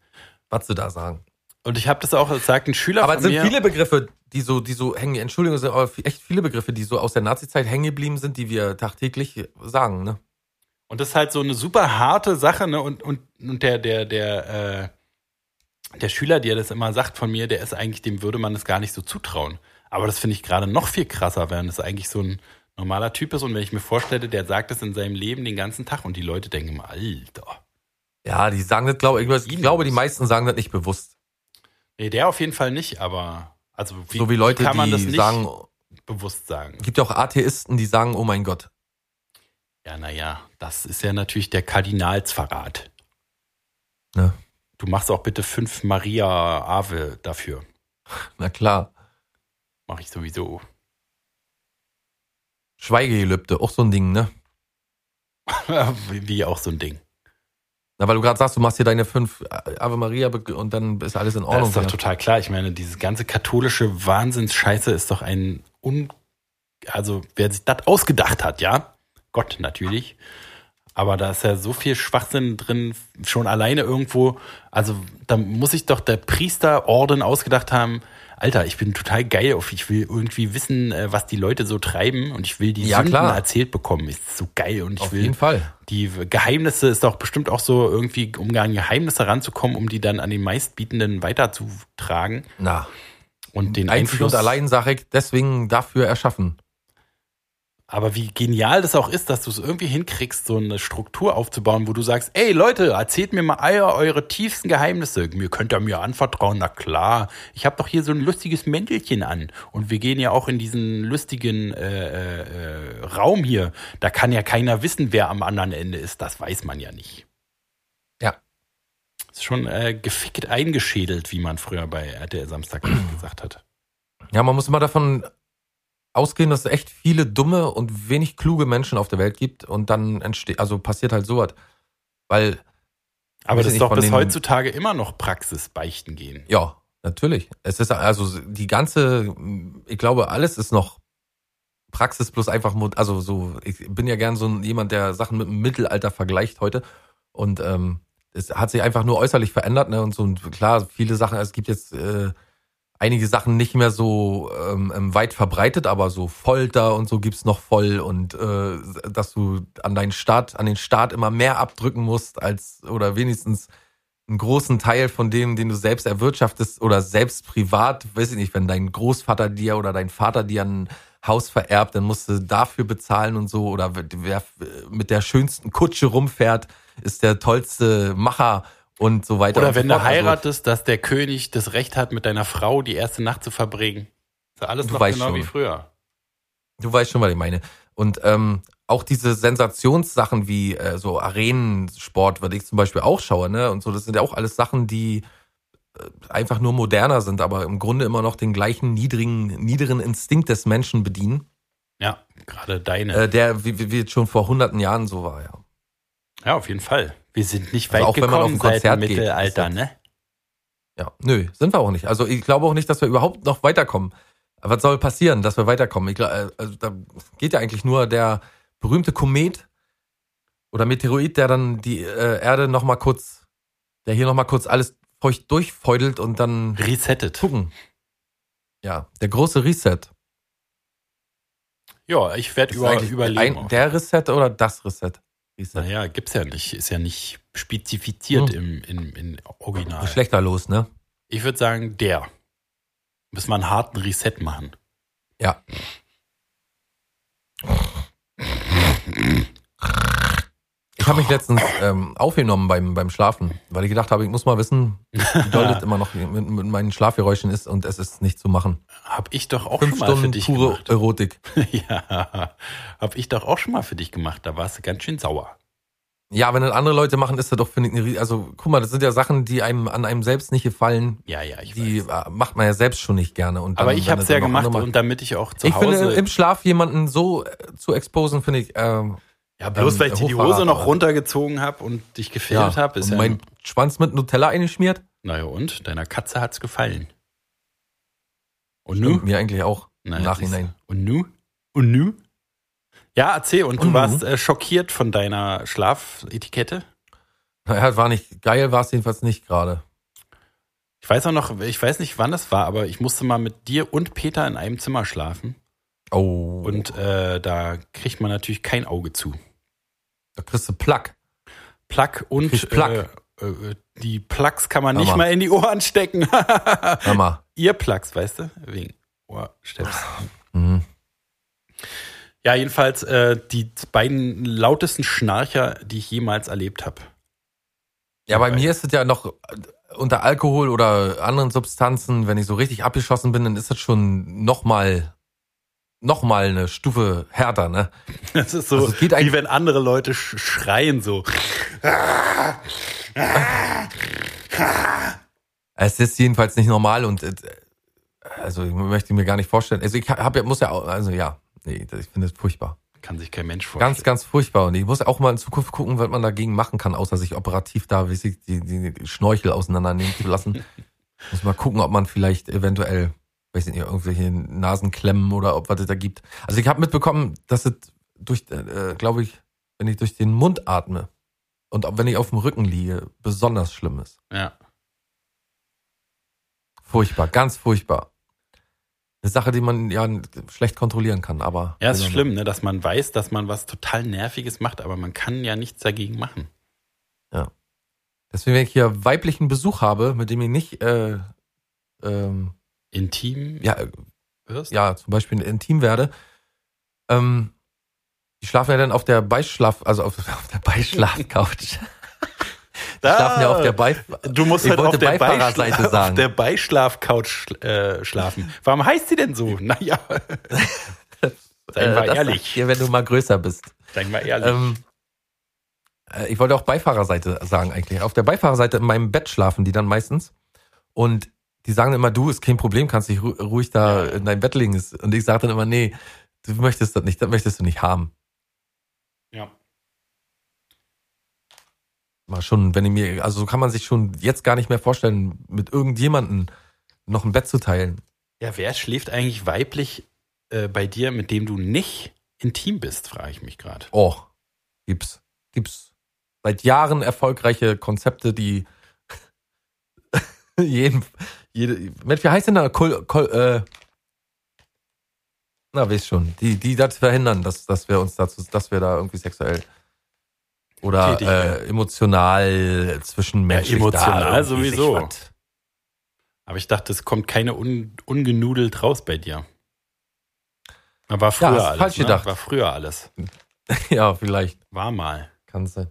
was sie da sagen.
Und ich habe das auch, das sagt ein Schüler
aber es
von
sind
mir.
viele Begriffe, die so, die so hängen, Entschuldigung, es sind aber echt viele Begriffe, die so aus der Nazizeit hängen geblieben sind, die wir tagtäglich sagen, ne?
Und das ist halt so eine super harte Sache, ne? Und, und, und der, der, der, äh, der Schüler, der das immer sagt von mir, der ist eigentlich, dem würde man das gar nicht so zutrauen. Aber das finde ich gerade noch viel krasser, wenn das eigentlich so ein normaler Typ ist. Und wenn ich mir vorstelle, der sagt das in seinem Leben den ganzen Tag und die Leute denken immer, Alter.
Ja, die sagen das, glaube ich, ich glaube, die meisten sagen das nicht bewusst.
Nee, der auf jeden Fall nicht, aber also wie,
so wie Leute,
kann man das
die
nicht
sagen,
bewusst sagen?
gibt ja auch Atheisten, die sagen, oh mein Gott.
Ja, naja, das ist ja natürlich der Kardinalsverrat.
Ne?
Du machst auch bitte fünf Maria Ave dafür.
Na klar.
Mache ich sowieso. (laughs)
Schweigegelübde, auch so ein Ding, ne?
Wie wie auch so ein Ding.
Na, weil du gerade sagst, du machst hier deine fünf äh, Ave Maria be- und dann ist alles in
Das
Ordnung.
ist doch
wieder.
total klar. Ich meine, dieses ganze katholische Wahnsinnsscheiße ist doch ein un also wer sich das ausgedacht hat, ja? Gott natürlich. Aber da ist ja so viel Schwachsinn drin, schon alleine irgendwo. Also da muss sich doch der Priesterorden ausgedacht haben. Alter, ich bin total geil auf. Ich will irgendwie wissen, äh, was die Leute so treiben und ich will die
Ja,
Sünden
klar.
erzählt bekommen. Ist so geil und ich
Auf
will
jeden Fall.
die Geheimnisse ist doch bestimmt auch so irgendwie, um an Geheimnisse ranzukommen, um die dann an den Meistbietenden weiterzutragen
Na,
und den
einzig
Einfluss.
und allein sage ich, deswegen dafür erschaffen.
Aber wie genial das auch ist, dass du es irgendwie hinkriegst, so eine Struktur aufzubauen, wo du sagst, ey Leute, erzählt mir mal euer, eure tiefsten Geheimnisse. Mir könnt ihr mir anvertrauen, na klar. Ich habe doch hier so ein lustiges Mäntelchen an. Und wir gehen ja auch in diesen lustigen äh, äh, äh, Raum hier. Da kann ja keiner wissen, wer am anderen Ende ist. Das weiß man ja nicht.
Ja.
Ist schon äh, gefickt eingeschädelt, wie man früher bei
(clears throat)
RTL Samstag gesagt hat.
Ja, man muss immer davon ausgehen, dass es echt viele dumme und wenig kluge Menschen auf der Welt gibt und dann entsteht, also passiert halt sowas. Weil Weiß ich
Aber das ist
nicht,
doch
von
bis
den-
heutzutage immer noch Praxis beichten gehen.
Ja, natürlich. Es ist also die ganze, ich glaube, alles ist noch Praxis plus einfach, mod- also so, ich bin ja gern so ein- jemand, der Sachen mit dem Mittelalter vergleicht heute. Und ähm, es hat sich einfach nur äußerlich verändert, ne? Und so, und klar, viele Sachen, es gibt jetzt äh, einige Sachen nicht mehr so ähm, ähm, weit verbreitet, aber so Folter und so gibt's noch voll und äh, dass du an deinen Staat, an den Staat immer mehr abdrücken musst, als oder wenigstens einen großen Teil von dem, den du selbst erwirtschaftest oder selbst privat, weiß ich nicht, wenn dein Großvater dir oder dein Vater dir ein Haus vererbt, dann musst du dafür bezahlen und so. Oder wer- wer mit der schönsten Kutsche rumfährt, ist der tollste Macher und so weiter. und
Oder
so
wenn du
fort. Also,
heiratest, dass der König das Recht hat, mit deiner Frau die erste Nacht zu verbringen. Ist ja alles
Du
noch
weißt
genau
schon.
wie früher.
Du weißt schon, was ich meine. Und ähm, auch diese Sensationssachen wie äh, so Arenensport, was ich zum Beispiel auch schaue, ne? Und so, das sind ja auch alles Sachen, die äh, einfach nur moderner sind, aber im Grunde immer noch den gleichen niedrigen, niederen Instinkt des Menschen bedienen,
Ja, gerade deine.
äh, der wie, wie wie es schon vor hunderten Jahren so war, ja.
ja, auf jeden Fall. Wir sind nicht weit
Also auch wenn man auf ein
gekommen
Konzert
seit dem
geht,
Mittelalter,
ist
ne?
Ja, nö, sind wir auch nicht. Also ich glaube auch nicht, dass wir überhaupt noch weiterkommen. Was soll passieren, dass wir weiterkommen? Ich, gla- äh, also, da geht ja eigentlich nur der berühmte Komet oder Meteorit, der dann die äh, Erde noch mal kurz, der hier noch mal kurz alles feucht durchfeudelt und dann
Resettet.
gucken. Ja, der große Reset.
Ja, ich werde
Ist
über,
eigentlich
überleben.
ein,
auch.
der Reset oder das Reset? Reset.
naja, gibt's ja nicht. Ist ja nicht spezifiziert
Hm.
im, im, im Original.
Geschlechterlos, ne?
Ich würde sagen, der. Müssen wir einen harten Reset machen.
Ja. Ich habe mich letztens ähm, aufgenommen beim, beim Schlafen, weil ich gedacht habe, ich muss mal wissen, wie doll das immer noch mit, mit meinen Schlafgeräuschen ist und es ist nicht zu machen.
Hab ich doch auch
Fünf
schon mal für
Stunden
dich
pure
gemacht. (laughs)
Erotik.
ja, hab ich doch auch schon mal für dich gemacht. Da warst du ganz schön sauer.
Ja, wenn das andere Leute machen, ist das doch, finde ich, eine, Rie- also guck mal, das sind ja Sachen, die einem an einem selbst nicht gefallen.
Ja, ja, ich
die
weiß.
äh, macht man ja selbst schon nicht gerne. Und dann,
Aber ich
wenn
hab's
das
ja
dann noch
gemacht
andere
und
machen-
damit ich auch zu
Ich
Hause.
finde, im Schlaf jemanden so äh, zu exposen, finde ich, ähm,
ja, bloß
ähm,
weil ich dir die
Hochverrat,
Hose noch
aber-
runtergezogen habe und dich gefilmt hab, habe, ist
und
ja.
mein Schwanz mit Nutella eingeschmiert.
naja, und? Deiner Katze hat's gefallen. Und
Stimmt
nu?
mir eigentlich auch
Naja,
im Nachhinein.
siehst du. Und nu? Und nu? Ja, erzähl. Und du
Und nu?
warst äh, schockiert von deiner Schlafetikette?
(laughs) Naja, war nicht geil, war es jedenfalls nicht gerade.
Ich weiß auch noch, ich weiß nicht, wann das war, aber ich musste mal mit dir und Peter in einem Zimmer schlafen.
Oh,
Und äh, da kriegt man natürlich kein Auge zu.
da kriegst du Plack.
Plug und
Kriegst Plug.
Äh, äh, die Plugs kann man
Hör
nicht
mal.
mal in die Ohren stecken. (laughs)
Hör mal.
Ihr Plugs, weißt du? Wegen Ohrstöpsel.
Mhm.
Ja, jedenfalls äh, die beiden lautesten Schnarcher, die ich jemals erlebt habe.
Ja, bei
Wobei-
mir ist es ja noch äh, unter Alkohol oder anderen Substanzen, wenn ich so richtig abgeschossen bin, dann ist das schon nochmal noch mal eine Stufe härter, ne?
(laughs) Das ist so,
Also es geht
wie
eigentlich-
wenn andere Leute sch schreien so.
Es ist jedenfalls nicht normal und äh, also ich möchte mir gar nicht vorstellen. Also ich hab ja, muss ja auch, also ja, nee, das- ich finde das furchtbar.
Kann sich kein Mensch vorstellen.
Ganz, ganz furchtbar. Und ich muss auch mal in Zukunft gucken, was man dagegen machen kann, außer sich operativ da, wie sich die, die Schnorchel auseinandernehmen zu
(laughs)
lassen. muss mal gucken, ob man vielleicht eventuell, weiß ich nicht, irgendwelche Nasenklemmen oder ob was es da gibt. Also ich habe mitbekommen, dass es durch, äh, glaube ich, wenn ich durch den Mund atme und auch wenn ich auf dem Rücken liege, besonders schlimm ist.
ja.
Furchtbar, ganz furchtbar. Eine Sache, die man ja schlecht kontrollieren kann, aber.
ja, ist schlimm, ne? dass man weiß, dass man was total Nerviges macht, aber man kann ja nichts dagegen machen.
Deswegen, wenn ich hier weiblichen Besuch habe, mit dem ich nicht, äh, ähm,
Intim
ja, äh,
wirst?
ja, zum Beispiel intim werde, ähm, die schlafen ja dann auf der Beischlaf, also auf, (laughs) auf der
(laughs)
Beischlafcouch. Die
Da-
schlafen ja auf der Bei
Du musst
Ich
halt
wollte
auf der,
Beifahrerseite
Beischla auf
sagen.
der Beischlafcouch schl äh, schlafen. Warum heißt sie denn so?
(laughs)
Naja. Sei mal
das
äh, ehrlich.
sagt Dir, wenn du mal größer bist.
Sei mal ehrlich.
Ähm, äh, ich wollte auch Beifahrerseite sagen eigentlich. Auf der Beifahrerseite in meinem Bett schlafen die dann meistens. Und die sagen immer, du, ist kein Problem, kannst dich ru ruhig da in deinem Bett liegen. Ist- Und ich sage dann immer, nee, du möchtest das nicht, das möchtest du nicht haben.
ja.
War schon, wenn ich mir, also so kann man sich schon jetzt gar nicht mehr vorstellen, mit irgendjemandem noch ein Bett zu teilen.
Ja, wer schläft eigentlich weiblich äh, bei dir, mit dem du nicht intim bist, frage ich mich gerade.
Oh, gibt's, gibt's. Seit Jahren erfolgreiche Konzepte, die (laughs) jeden, jede, Mensch, wie heißt denn da? Kol, Kol, äh, na, weiß schon. Die, die das verhindern, dass, dass wir uns dazu, dass wir da irgendwie sexuell oder
Tätig
äh, emotional zwischenmenschlich
Ja, emotional
da irgendwie sich
sowieso.
was-
Aber ich dachte, es kommt keine un ungenudelt raus bei dir. Aber war früher
hast
alles.
falsch
ne?
gedacht.
War früher alles.
(laughs) Ja, vielleicht.
War mal.
Kannst du.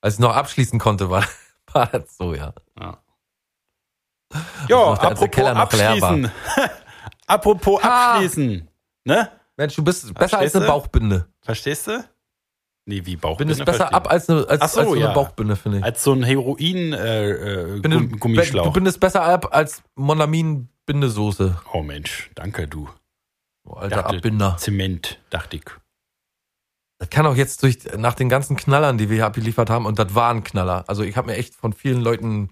Als ich noch abschließen konnte, war, (laughs) war das so, ja.
Ja, ja
noch der- als der
apropos
Keller noch leer war.
abschließen. (laughs) apropos
Ha!
abschließen. Ne?
Mensch, du bist besser als
Verstehst
eine
du?
Bauchbinde.
Verstehst du? Nee, wie
Du bindest
Bauchbinde
besser
verstehe
ab als eine, als,
Ach so,
als so eine
ja.
Bauchbinde, finde
ich.
ich.
Als so ein Heroin äh, äh,
Binde-
Gum- Gummischlauch.
Du bindest besser ab als Monamin-Bindesoße.
oh Mensch, danke du.
Oh, alter
Dachte-
Abbinder.
Zement, dachte ich.
Das kann auch jetzt durch, nach den ganzen Knallern, die wir hier abgeliefert haben, und das waren Knaller. Also ich habe mir echt von vielen Leuten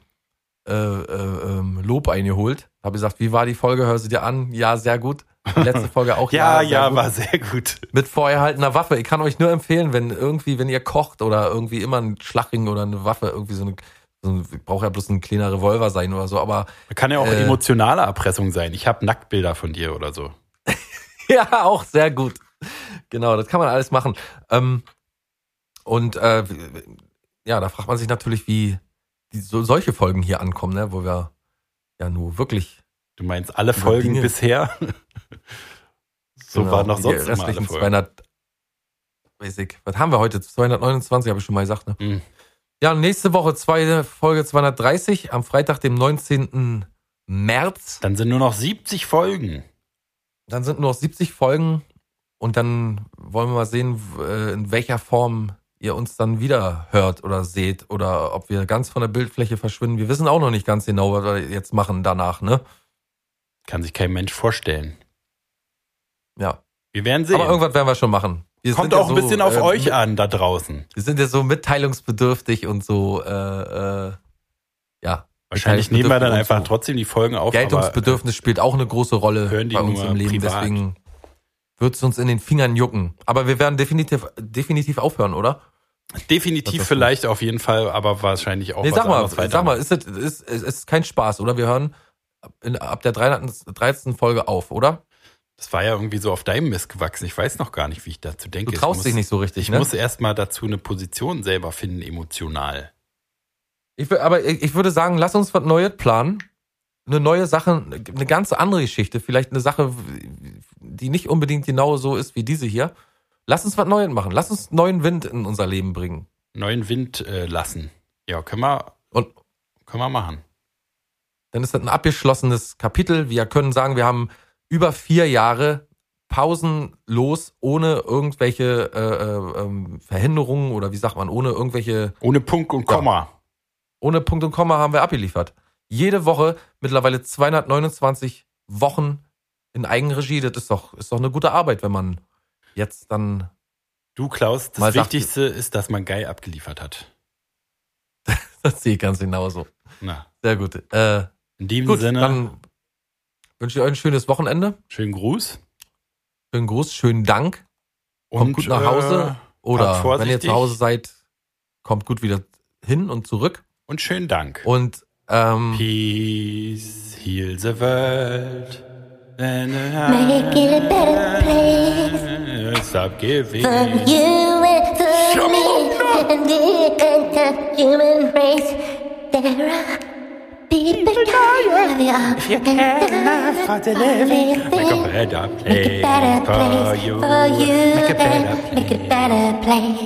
äh, äh, ähm, Lob eingeholt. Habe gesagt, wie war die Folge? Hör sie dir an. Ja, sehr
(laughs)
gut. Die letzte Folge auch.
Ja,
sehr
ja,
gut.
war sehr gut.
Mit vorerhaltener Waffe. Ich kann euch nur empfehlen, wenn irgendwie, wenn ihr kocht oder irgendwie immer ein Schlachring oder eine Waffe, irgendwie so eine, so ein, braucht ja bloß ein kleiner Revolver sein oder so, aber
Kann ja auch
Äh.
emotionale Erpressung sein. Ich habe Nacktbilder von dir oder so.
(laughs) Ja, auch sehr gut. Genau, das kann man alles machen. Ähm, und äh, ja, da fragt man sich natürlich, wie die, so, solche Folgen hier ankommen, ne? wo wir ja nur wirklich
Du meinst alle
Über
Folgen
Dinge.
bisher? (laughs) so
genau,
war noch
die
sonst immer alle
restlichen
Folgen.
200, weiß ich, was haben wir heute? 229 habe ich schon mal gesagt. Ne?
Mhm.
Ja, nächste Woche zwei, Folge 230 am Freitag, dem 19. März.
Dann sind nur noch 70 Folgen.
Dann sind nur noch 70 Folgen und dann wollen wir mal sehen, w- äh, in welcher Form ihr uns dann wieder hört oder seht oder ob wir ganz von der Bildfläche verschwinden. Wir wissen auch noch nicht ganz genau, was wir jetzt machen danach, ne?
Kann sich kein Mensch vorstellen.
Ja.
Wir werden sehen.
Aber irgendwas werden wir schon machen. Wir
Kommt
sind ja
auch ein bisschen auf
äh,
euch
mit-
an da draußen.
Wir sind ja so mitteilungsbedürftig und so, äh, äh, ja.
Wahrscheinlich nehmen wir dann
und
einfach
so.
trotzdem die Folgen auf. aber, äh,
Geltungsbedürfnis spielt auch eine große Rolle
hören die
bei uns
nur
im Leben.
privat.
Deswegen wird es uns in den Fingern jucken. Aber wir werden definitiv, definitiv aufhören, oder?
äh, definitiv
Das ist
vielleicht auf jeden Fall, aber wahrscheinlich auch
Nee,
was
sag mal,
anderes weiter.
sag mal, ist es ist, ist, ist kein Spaß, oder? Wir hören ab- in, ab der 13. Folge auf, oder?
Das war ja irgendwie so auf deinem Mist gewachsen. Ich weiß noch gar nicht, wie ich dazu denke.
Du
Ich
traust
muss-
dich nicht so richtig,
Ich
ne?
muss erst mal dazu eine Position selber finden, emotional.
Ich, wür- aber ich, ich würde sagen, lass uns was Neues planen. Eine neue Sache, eine ganz andere Geschichte. Vielleicht eine Sache, die nicht unbedingt genau so ist wie diese hier. Lass uns was Neues machen. Lass uns neuen Wind in unser Leben bringen.
Neuen Wind äh, lassen. Ja, können wir,
Und
können wir machen.
dann ist das ein abgeschlossenes Kapitel. Wir können sagen, wir haben über vier Jahre pausenlos, ohne irgendwelche äh, äh, ähm, Verhinderungen oder wie sagt man, ohne irgendwelche,
Ohne Punkt und
Ja.
Komma.
ohne Punkt und Komma haben wir abgeliefert. Jede Woche mittlerweile 229 Wochen in Eigenregie. Das ist doch, ist doch eine gute Arbeit, wenn man jetzt dann, (laughs)
Du, Klaus, das
Mal sagt-
Wichtigste ist, dass man geil abgeliefert hat.
das sehe ich ganz genauso.
Na,
Sehr gut. Äh,
in dem
gut,
Sinne,
dann wünsche ich euch ein schönes Wochenende.
schönen Gruß.
Schönen Gruß, schönen Dank. kommt gut nach Hause
äh,
oder
fahrt vorsichtig.
wenn ihr zu Hause seid, kommt gut wieder hin und zurück.
und schönen Dank.
Und ähm,
Peace, heal the world.
Make it a better place.
Stop giving.
For you and for me and the entire human race. There are people dying of your If you care enough for the living,
Make a better
make
place
a better
for
place
you.
for you
Make a better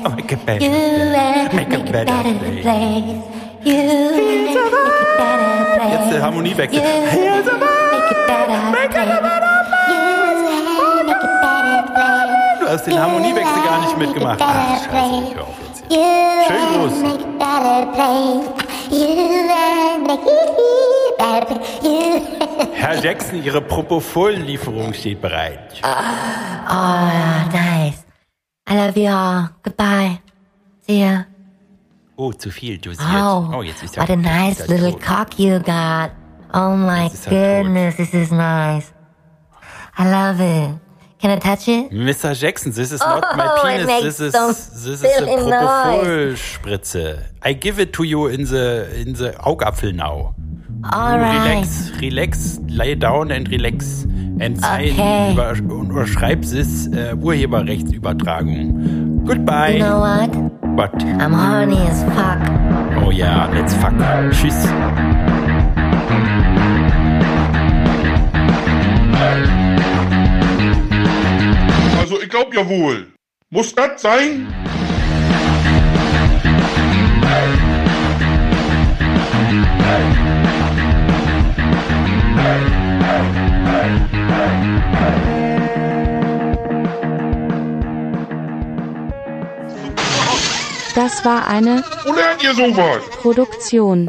Oh,
and
Make a better Make
make a better place. You and
a
make a
better
better
place.
place. You and make a better place.
Jetzt der Harmoniewechsel.
You and make a better place. You and make a better place.
Du hast den Harmoniewechsel gar nicht mitgemacht. Ach, scheiße, hör auf jetzt hier.
You
Schönen
and
Gruß.
make a better place. You and make a better place. You. (laughs)
Herr Jackson, Ihre Propofol-Lieferung steht bereit.
Ah,
Ah, Oh, nice. I love you all. Goodbye. See ya.
Oh, zu viel dosiert.
Oh,
oh jetzt ist er
what a
jetzt
nice
ist er
little
tot.
cock you got. Oh my
ist er tot.
goodness, this is nice. I love it. Can I touch it?
Mr. Jackson, this is not my
Oh,
penis.
it makes
This is
some
this is a
silly noise.
Propofol-Spritze. I give it to you in the in the Augapfel now.
All right.
Relax, relax, lay down and relax. And sign
Okay.
über, und unterschreib this äh, Urheberrechtsübertragung. Goodbye.
You know what?
What?
I'm horny as fuck.
Oh yeah, let's fuck. Tschüss.
Also, ich glaub ja wohl. Muss das sein?
Das war eine
Wo lernt ihr sowas?
Produktion.